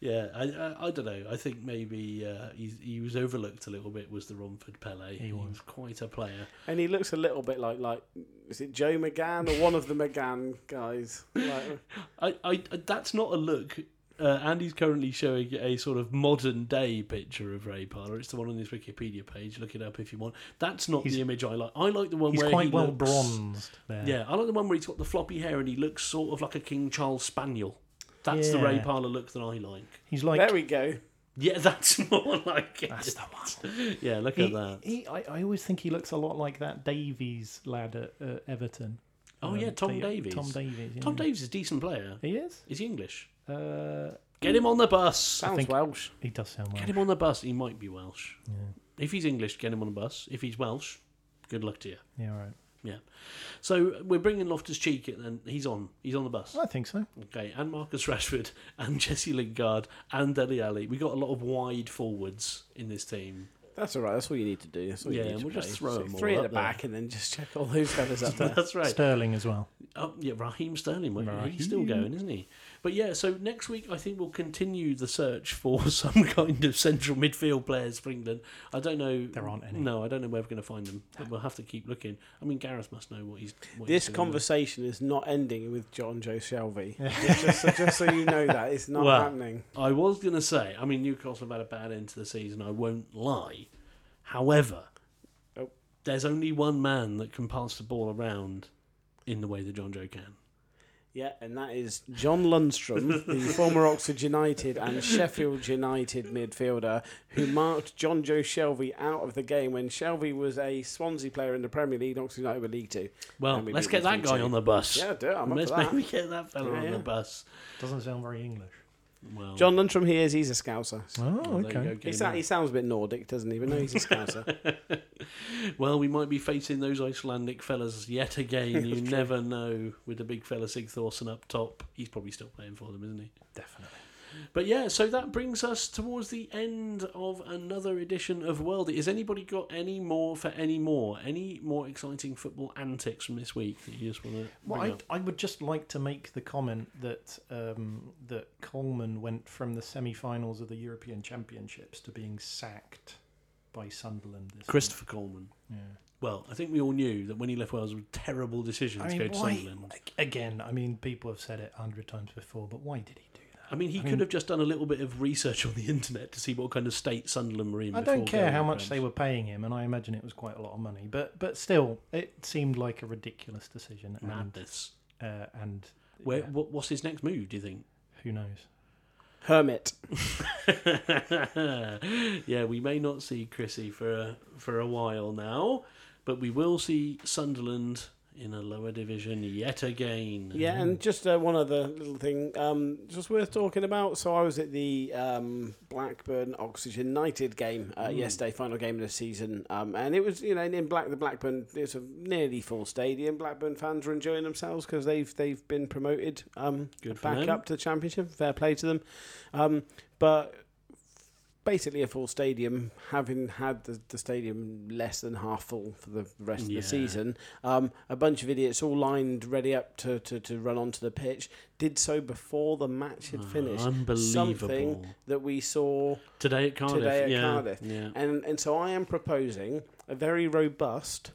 Speaker 1: Yeah, I, I, I don't know. I think maybe uh, he, he was overlooked a little bit. Was the Romford Pele?
Speaker 3: He was.
Speaker 1: quite a player.
Speaker 2: And he looks a little bit like like is it Joe McGann or one of the McGann guys? Like,
Speaker 1: I, I that's not a look. Uh, Andy's currently showing a sort of modern day picture of Ray Parler. It's the one on his Wikipedia page. Look it up if you want. That's not
Speaker 3: He's-
Speaker 1: the image I like. I like the one
Speaker 3: He's
Speaker 1: where
Speaker 3: quite
Speaker 1: he
Speaker 3: well
Speaker 1: looks-
Speaker 3: bronzed there.
Speaker 1: Yeah, I like the one where he's got the floppy hair and he looks sort of like a King Charles Spaniel. That's the Ray
Speaker 3: Yeah.
Speaker 1: Parler look that I like.
Speaker 3: He's like
Speaker 2: there we go.
Speaker 1: Yeah, that's more like it.
Speaker 3: that's the one.
Speaker 1: Yeah, look
Speaker 3: He,
Speaker 1: at that.
Speaker 3: he, I, I always think he looks a lot like that Davies lad at uh, Everton.
Speaker 1: Oh, yeah, Tom
Speaker 3: the-
Speaker 1: Davies.
Speaker 3: Tom Davies. Yeah.
Speaker 1: Tom Davies is a decent player.
Speaker 3: He is.
Speaker 1: Is he English?
Speaker 3: Uh,
Speaker 1: Get him on the bus.
Speaker 2: Sounds
Speaker 3: think-
Speaker 2: Welsh.
Speaker 3: he does sound
Speaker 1: Get
Speaker 3: well.
Speaker 1: him on the bus. He might be Welsh.
Speaker 3: Yeah.
Speaker 1: If he's English, get him on a bus. If he's Welsh, good luck to you.
Speaker 3: Yeah. Right.
Speaker 1: Yeah. So we're bringing Loftus Cheek, and then he's on. He's on the bus.
Speaker 3: I think so.
Speaker 1: Okay. And Marcus Rashford, and Jesse Lingard, and Deli Ali. We got a lot of wide forwards in this team.
Speaker 2: That's all right. That's all you need to do. That's all
Speaker 1: Yeah,
Speaker 2: you need to
Speaker 1: we'll just
Speaker 2: play.
Speaker 1: throw
Speaker 2: So
Speaker 1: 'em all
Speaker 2: three at
Speaker 1: up
Speaker 2: the
Speaker 1: there.
Speaker 2: back, and then just check all those fellas up there.
Speaker 1: That's right.
Speaker 3: Sterling as well.
Speaker 1: Oh, yeah, Raheem Sterling. won't he? He's still going, isn't he? But yeah, so next week I think we'll continue the search for some kind of central midfield players for England. I don't know.
Speaker 3: There aren't any.
Speaker 1: No, I don't know where we're going to find them. But we'll have to keep looking. I mean, Gareth must know what he's. What he's
Speaker 2: This
Speaker 1: doing.
Speaker 2: conversation is not ending with John Joe Shelby. just, so, just so you know that it's not
Speaker 1: Well.
Speaker 2: happening.
Speaker 1: I was going to say. I mean, Newcastle have had a bad end to the season. I won't lie. However,
Speaker 2: Oh.
Speaker 1: there's only one man that can pass the ball around in the way that John Joe can.
Speaker 2: Yeah, and that is John Lundstrom, the former Oxford United and Sheffield United midfielder, who marked John Joe Shelby out of the game when Shelby was a Swansea player in the Premier League, and Oxford United were League Two.
Speaker 1: Well,
Speaker 2: And we
Speaker 1: let's
Speaker 2: beat
Speaker 1: get
Speaker 2: them
Speaker 1: that guy
Speaker 2: 3-2.
Speaker 1: on the bus.
Speaker 2: Yeah, do it. I'm up
Speaker 1: let's
Speaker 2: for that.
Speaker 1: maybe get that fella
Speaker 2: Yeah,
Speaker 1: on
Speaker 2: yeah.
Speaker 1: the bus.
Speaker 3: Doesn't sound very English.
Speaker 1: Well,
Speaker 2: John Lundstrom, he is. He's a scouser.
Speaker 1: There
Speaker 3: Oh,
Speaker 1: you
Speaker 3: okay.
Speaker 1: go,
Speaker 2: He,
Speaker 1: Gamer.
Speaker 2: sa- he sounds a bit Nordic, doesn't he? But no, he's a scouser.
Speaker 1: Well, we might be facing those Icelandic fellas yet again. You never know with the big fella Sigþórsson up top. He's probably still playing for them, isn't he?
Speaker 3: Definitely.
Speaker 1: But yeah, so that brings us towards the end of another edition of World. Has anybody got any more for any more? Any more exciting football antics from this week that you just want to
Speaker 3: Well,
Speaker 1: bring
Speaker 3: I,
Speaker 1: up?
Speaker 3: I would just like to make the comment that um, that Coleman went from the semi-finals of the European Championships to being sacked by Sunderland. This
Speaker 1: Christopher Coleman.
Speaker 3: week. Yeah.
Speaker 1: Well, I think we all knew that when he left Wales, it was a terrible decision
Speaker 3: I
Speaker 1: to
Speaker 3: mean,
Speaker 1: go to
Speaker 3: why,
Speaker 1: Sunderland.
Speaker 3: ag- again, I mean, people have said it a hundred times before, but why did he do that?
Speaker 1: I mean, he
Speaker 3: I
Speaker 1: could
Speaker 3: mean-
Speaker 1: have just done a little bit of research on the internet to see what kind of state Sunderland were in.
Speaker 3: I don't
Speaker 1: before
Speaker 3: care
Speaker 1: going
Speaker 3: how
Speaker 1: to
Speaker 3: much
Speaker 1: Prem.
Speaker 3: they were paying him, and I imagine it was quite a lot of money, but but still, it seemed like a ridiculous decision. And
Speaker 1: Madness.
Speaker 3: uh, and
Speaker 1: Where,
Speaker 3: yeah,
Speaker 1: what, what's his next move? Do you think?
Speaker 3: who knows?
Speaker 2: Hermit.
Speaker 1: yeah, we may not see Chrissy for a, for a while now, but we will see Sunderland in a lower division yet again.
Speaker 2: Yeah, and just uh, one other little thing, um, just worth talking about. So I was at the um, Blackburn Oxygen United game uh, yesterday, final game of the season, um, and it was you know in Black the Blackburn it's a nearly full stadium. Blackburn fans were enjoying themselves because they've they've been promoted um,
Speaker 1: Good for
Speaker 2: back
Speaker 1: them.
Speaker 2: up to the Championship. Fair play to them, um, but. Basically, a full stadium, having had the, the stadium less than half full for the rest of
Speaker 1: Yeah.
Speaker 2: the season, um, a bunch of idiots all lined ready up to, to, to run onto the pitch did so before the match had
Speaker 1: Ah,
Speaker 2: finished
Speaker 1: unbelievable.
Speaker 2: something that we saw
Speaker 1: Today at Cardiff.
Speaker 2: today at
Speaker 1: yeah,
Speaker 2: Cardiff
Speaker 1: Yeah.
Speaker 2: and and so I am proposing a very robust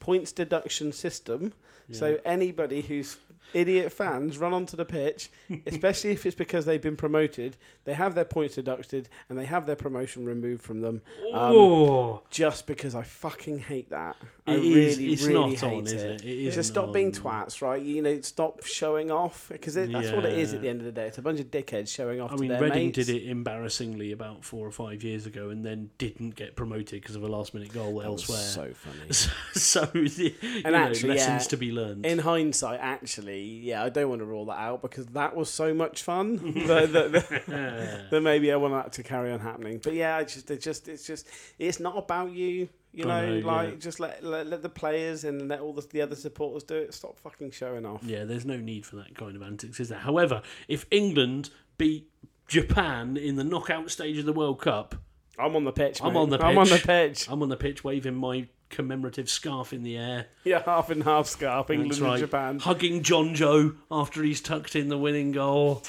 Speaker 2: points deduction system so anybody who's idiot fans run onto the pitch, especially if it's because they've been promoted. They have their points deducted and they have their promotion removed from them. um,
Speaker 1: oh,
Speaker 2: just because I fucking hate that. I
Speaker 1: It
Speaker 2: really,
Speaker 1: is- it's
Speaker 2: really
Speaker 1: not
Speaker 2: hate
Speaker 1: on, is
Speaker 2: it.
Speaker 1: it? It is
Speaker 2: just stop being
Speaker 1: not.
Speaker 2: twats, right? You know, stop showing off because that's what it is
Speaker 1: Yeah.
Speaker 2: at the end of the day. It's a bunch of dickheads showing off.
Speaker 1: I
Speaker 2: to
Speaker 1: mean,
Speaker 2: their
Speaker 1: Reading
Speaker 2: mates.
Speaker 1: did it embarrassingly about four or five years ago, and then didn't get promoted because of a last-minute goal
Speaker 2: That was
Speaker 1: elsewhere.
Speaker 2: So funny.
Speaker 1: so, the- you know,
Speaker 2: actually,
Speaker 1: lessons
Speaker 2: yeah,
Speaker 1: to be learned.
Speaker 2: In hindsight, actually, yeah, I don't want to rule that out because that was so much fun that, that, that- that maybe I want that to carry on happening. But yeah, I just, it just, it's just, it's not about you. You
Speaker 1: I
Speaker 2: know,
Speaker 1: know,
Speaker 2: like
Speaker 1: yeah.
Speaker 2: just let, let let the players and let all the, the other supporters do it. Stop fucking showing off.
Speaker 1: Yeah, there's no need for that kind of antics, is there? However, if England beat Japan in the knockout stage of the World Cup,
Speaker 2: I'm on the pitch.
Speaker 1: I'm
Speaker 2: mate.
Speaker 1: on the
Speaker 2: I'm on the
Speaker 1: pitch.
Speaker 2: pitch.
Speaker 1: I'm on the pitch waving my commemorative scarf in the air.
Speaker 2: Yeah, half and half scarf. England
Speaker 1: That's right.
Speaker 2: and Japan.
Speaker 1: Hugging John Joe after he's tucked in the winning goal.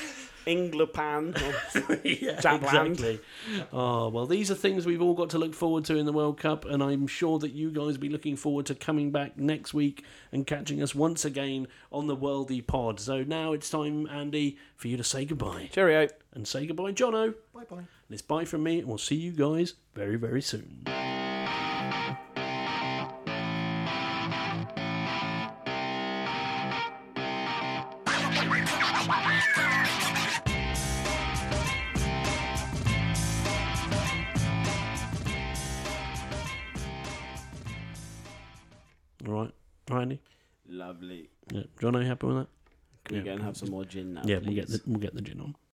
Speaker 2: Englapan.
Speaker 1: yeah,
Speaker 2: Japland.
Speaker 1: exactly. Oh, well, these are things we've all got to look forward to in the World Cup, and I'm sure that you guys will be looking forward to coming back next week and catching us once again on the Worldy Pod. So now it's time, Andy, for you to say goodbye.
Speaker 2: Cheerio.
Speaker 1: And say goodbye, Jono.
Speaker 3: Bye bye.
Speaker 1: And it's bye from me, and we'll see you guys very, very soon. All right, All right, Andy.
Speaker 2: Lovely.
Speaker 1: Yeah, Jono, happy with that?
Speaker 2: Can
Speaker 1: Yeah.
Speaker 2: we go and have some more gin now?
Speaker 1: yeah, we'll get
Speaker 2: please?
Speaker 1: the, we'll get the gin on.